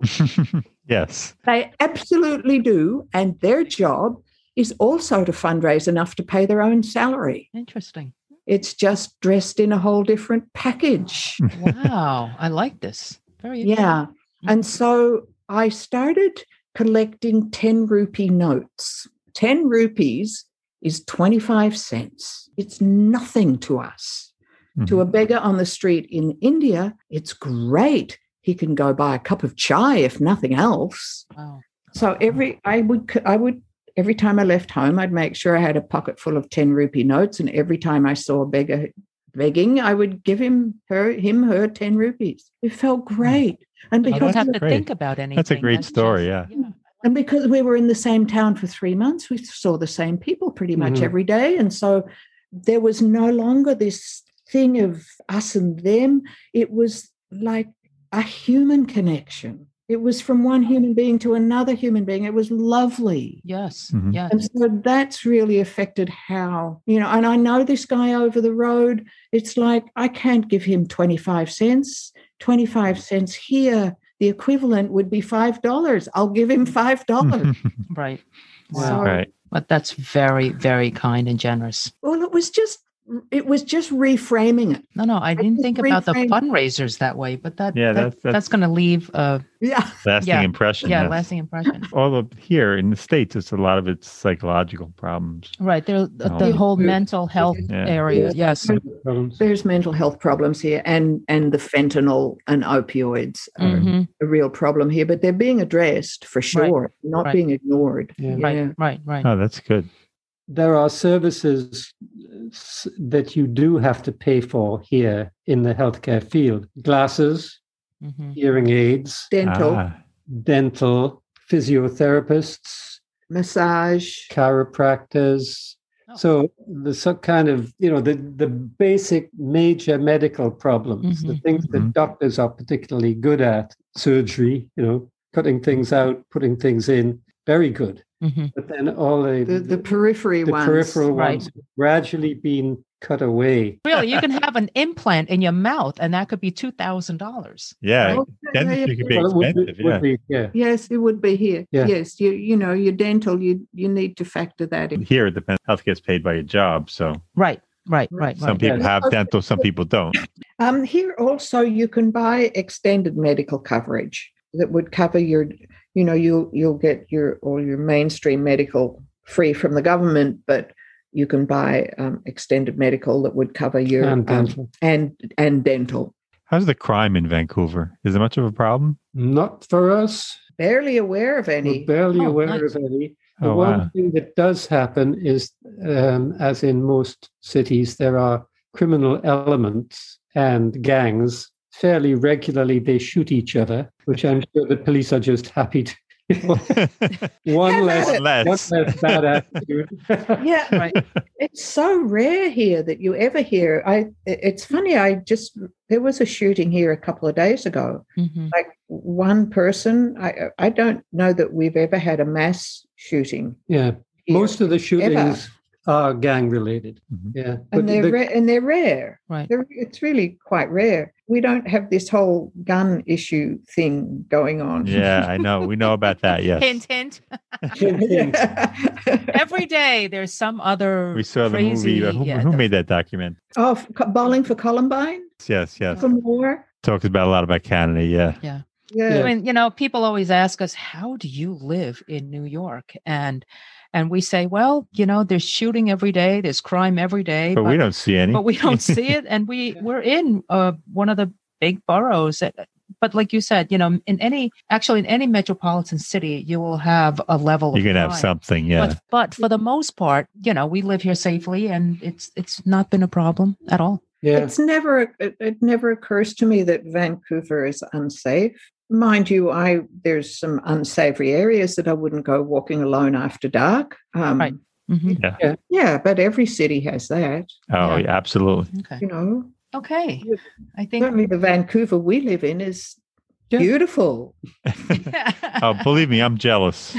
S2: yes.
S3: They absolutely do. And their job is also to fundraise enough to pay their own salary.
S5: Interesting.
S3: It's just dressed in a whole different package.
S1: Hmm.
S5: Wow. I like this. Very
S3: Yeah. And so I started collecting 10 rupee notes. 10 rupees is 25 cents. It's nothing to us. To a beggar on the street in India, it's great. He can go buy a cup of chai if nothing else.
S5: Wow.
S3: So every I would c- I would every time I left home, I'd make sure I had a pocket full of 10 rupee notes and every time I saw a beggar begging, I would give him her him her 10 rupees. It felt great. And
S5: You Hmm. don't
S3: because
S5: have
S2: Oh, that's
S5: to
S2: great.
S5: think about anything.
S2: great story,
S5: yeah.
S3: and because we were in the same town for three months, we saw the same people pretty much
S5: Mm-hmm.
S4: Mhm.
S3: every day. And so there was no longer this thing of us and them. It was like a human connection. It was from one human being to another human being. It was lovely.
S5: Yes.
S2: Mhm.
S5: Yes.
S3: And so that's really affected how, you know, and I know this guy over the road. It's like, I can't give him 25 cents. 25 cents here, the equivalent would be $5. I'll give him
S5: Oh,
S2: Mm-hmm.
S3: $5.
S5: Right.
S4: Wow.
S5: So,
S2: right.
S5: but that's very, very kind and generous.
S3: Well, it was just it was just reframing it.
S5: No, no, I didn't
S3: think
S5: think about the
S3: reframe-
S5: fundraisers that way, but that,
S2: Yeah,
S5: that-
S2: that's-
S5: that's,
S2: that's-
S5: going to leave a
S3: Yeah.
S2: Lasting
S5: Yeah.
S2: impression.
S5: yeah
S2: yes.
S5: lasting impression.
S2: Although here in the states, it's a lot of it's psychological problems.
S5: Right, there the
S2: Oh.
S5: whole mental health
S2: Yeah.
S5: area. Yes,
S4: Problems.
S3: There's mental health problems here and and the fentanyl and opioids are
S1: Mm.
S5: Mhm.
S3: a real problem here, but they're being addressed for sure, not
S5: Right.
S3: being ignored.
S4: Yeah.
S3: Yeah.
S5: right, right, right.
S2: Oh, that's good.
S4: there are services s- that you do have to pay for here in the healthcare field glasses,
S5: Mhm.
S4: hearing aids,
S3: Dental,
S2: Ah,
S4: dental, physiotherapists,
S3: massage.
S4: chiropractors.
S5: Oh.
S4: So the so kind of you know the the basic major medical problems, the things that
S2: Mhm.
S4: doctors are particularly good at, surgery, you know, cutting things out, putting things in, very good.
S5: Mhm.
S4: But then all the
S3: The, the periphery
S4: the
S3: ones.
S4: peripheral
S5: Right.
S4: ones have gradually being cut away.
S5: Really, you can have an implant in your mouth, and that could be two thousand dollars.
S2: yeah.
S3: Oh, yeah, yeah,
S2: Dentistry could be
S3: yeah.
S4: Well, it would be-
S2: expensive,
S4: would
S2: yeah.
S4: be- yeah.
S3: Yes, it would be here.
S4: Yeah.
S3: Yes, you you know your dental. You you need to factor that in.
S2: Here, it depends. Health gets paid by your job. So
S5: Right, right, right,
S2: some
S5: right.
S2: people
S4: Yeah.
S2: have dental, some people don't.
S3: Um, here also you can buy extended medical coverage that would cover your, you know, you you'll get your all your mainstream medical free from the government, but you can buy um, extended medical that would cover your
S4: And
S3: um,
S4: dental.
S3: and and dental.
S2: How's the crime in Vancouver? Is it much of a problem?
S4: Not for us.
S3: Barely aware of
S4: We're
S3: any.
S4: barely
S5: Oh,
S4: aware
S5: nice.
S4: of any. The
S2: Oh,
S4: one
S2: wow.
S4: thing that does happen is, um, as in most cities, there are criminal elements and gangs. Fairly regularly, they shoot each other, which I'm sure the police are just happy to. One less,
S3: One
S4: one
S2: Let's.
S4: less bad attitude.
S3: Yeah,
S1: Right.
S3: it's so rare here that you ever hear. I it's funny. I just there was a shooting here a couple of days ago.
S5: Mm-hmm.
S1: Mhm.
S3: Like one person. I I don't know that we've ever had a mass shooting.
S4: yeah.
S3: here.
S4: Most of the shootings are gang related.
S2: Mhm.
S4: Yeah. But
S3: and they're
S4: the-
S3: rare, and they're rare.
S1: Right.
S3: They're, it's really quite rare. We don't have this whole gun issue thing going on.
S2: Yeah, I know. We know about that. Yes.
S1: Hint, hint.
S3: Yeah.
S1: Every day there's some other.
S2: We saw the
S1: crazy,
S2: movie. uh, Who,
S1: yeah,
S2: who
S1: the-
S2: made that document?
S3: oh, f- bowling for Columbine
S2: Yes, yes.
S3: for more.
S2: Talks about a lot about Canada. Yeah.
S3: Yeah.
S1: I mean, you know, people always ask us, "How do you live in New York?" and and we say, "Well, you know, there's shooting every day, there's crime every day,
S2: But we don't see any.
S1: but we don't see it, and we we're in uh, one of the big boroughs. That, but like you said, you know, in any actually in any metropolitan city, you will have a level.
S2: You're
S1: of
S2: gonna have
S1: crime.
S2: something. Yeah.
S1: But, but for the most part, you know, we live here safely, and it's it's not been a problem at all.
S4: yeah.
S3: It's never it, it never occurs to me that Vancouver is unsafe. Mind you, I there's some unsavory areas that I wouldn't go walking alone after dark. Um,
S1: Right. Mhm.
S3: Yeah, but every city has that,
S2: oh, yeah, absolutely.
S1: Okay,
S3: you know.
S1: okay. I think.
S3: Certainly, the Vancouver we live in is
S4: Yeah.
S3: beautiful.
S2: oh, believe me, I'm jealous.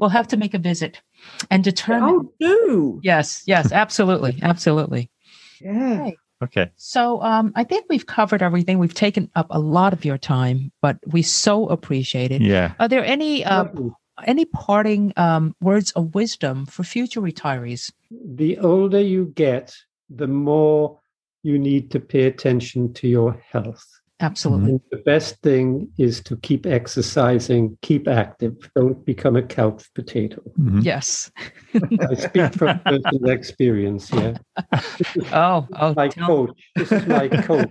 S1: we'll have to make a visit and determine.
S3: Oh, do
S1: Yes, yes, absolutely, absolutely.
S3: yeah.
S2: Okay.
S1: So um, I think we've covered everything. We've taken up a lot of your time, but we so appreciate it.
S2: Yeah.
S1: Are there any uh,
S3: um,
S1: any parting um, words of wisdom for future retirees?
S4: the older you get, the more you need to pay attention to your health.
S1: Absolutely.
S4: And the best thing is to keep exercising, keep active. Don't become a couch potato.
S2: Mhm.
S1: Yes.
S4: I speak from personal experience. Yeah,
S1: Oh, oh.
S4: my
S1: tell-
S4: coach. This is my coach.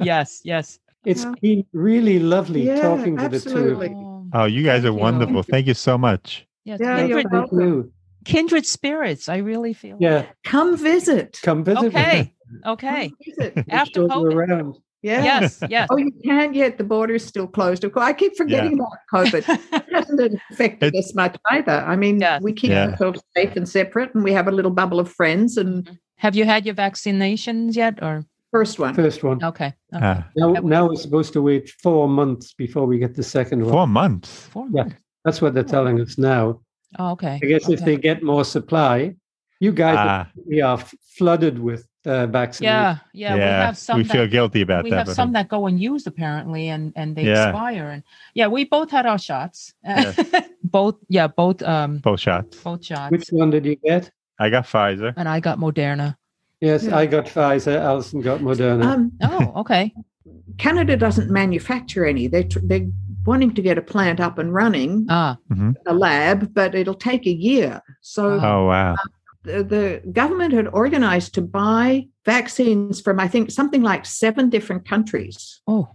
S1: yes, yes.
S4: It's been really lovely
S3: Yeah,
S4: talking to the
S3: absolutely.
S4: two of you.
S1: Oh,
S2: oh, you guys
S1: Thank
S2: are
S1: you.
S2: wonderful. Thank you so much.
S1: yes.
S3: Yeah, you're
S1: kindred,
S3: welcome.
S4: Thank you.
S1: kindred spirits. I really feel.
S4: Yeah,
S3: Come visit.
S4: come visit.
S1: Okay.
S4: me.
S1: Okay.
S3: Come visit.
S4: We'll
S1: After
S4: show you
S1: COVID.
S4: around.
S3: Yeah.
S1: Yes. Yes.
S3: Oh, you can't yet. The border's still closed. Of course, I keep forgetting about COVID. It hasn't affected
S2: It-
S3: us much either. I mean,
S1: Yes.
S3: we keep
S2: Yeah.
S3: ourselves safe and separate, and we have a little bubble of friends. And
S1: Mm-hmm. Have you had your vaccinations yet? Or
S3: first one,
S4: First one.
S1: okay, okay.
S2: Uh,
S4: Now, now we're supposed to wait four months before we get the second one.
S2: four months.
S1: Four
S4: Yeah.
S1: months.
S4: That's what they're telling us now.
S1: Oh, okay.
S4: I guess if
S1: okay.
S4: they get more supply, you guys,
S2: Ah,
S4: we are flooded with uh, vaccinations.
S1: yeah,
S2: yeah.
S1: yeah, we have some.
S2: we
S1: that,
S2: feel guilty about
S1: we
S2: that.
S1: have
S2: but-
S1: some that go unused apparently, and and they
S2: Yeah.
S1: expire. And yeah, we both had our shots.
S2: Yeah.
S1: both, yeah, both, um,
S2: both shots.
S1: both shots.
S4: Which one did you get?
S2: I got Pfizer.
S1: and I got Moderna.
S4: Yes,
S1: Hmm.
S3: Yeah.
S4: I got Pfizer. Alison got Moderna.
S3: um,
S1: Oh, okay.
S3: Canada doesn't manufacture any. They tr- they're wanting to get a plant up and running,
S1: Ah,
S2: Uh-huh.
S3: a lab, but it'll take a year. So
S1: Wow.
S2: Oh, wow.
S3: the, the government had organized to buy vaccines from I think something like seven different countries.
S1: oh,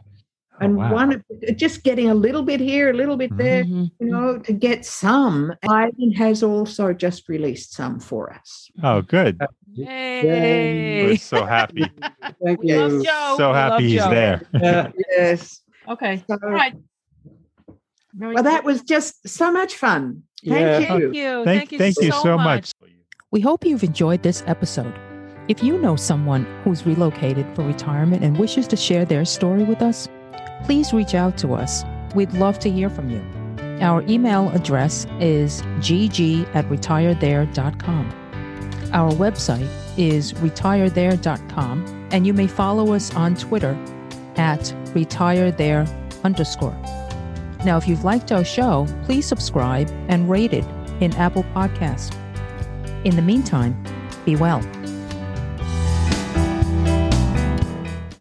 S2: Oh,
S3: and
S2: wow.
S3: one just getting a little bit here, a little bit there,
S1: mhm.
S3: you know, to get some. Biden has also just released some for us.
S2: Oh, good.
S1: Yay!
S2: We're so happy.
S4: Thank
S1: We love
S4: you. Uh,
S1: Joe.
S2: so
S1: we love
S2: happy he's
S1: Joe.
S2: there.
S4: Yeah.
S3: Yes.
S1: Okay.
S3: So,
S1: All right. Very
S3: well, that
S1: good.
S3: was just so much fun.
S4: Yeah.
S3: Thank you.
S1: Thank you.
S2: Thank, thank you so much.
S6: We hope you've enjoyed this episode. If you know someone who's relocated for retirement and wishes to share their story with us, please reach out to us. We'd love to hear from you. Our email address is gg at retirethere.com. Our website is retirethere.com, and you may follow us on Twitter at retirethere underscore. Now, if you've liked our show, please subscribe and rate it in Apple Podcasts. In the meantime, be well.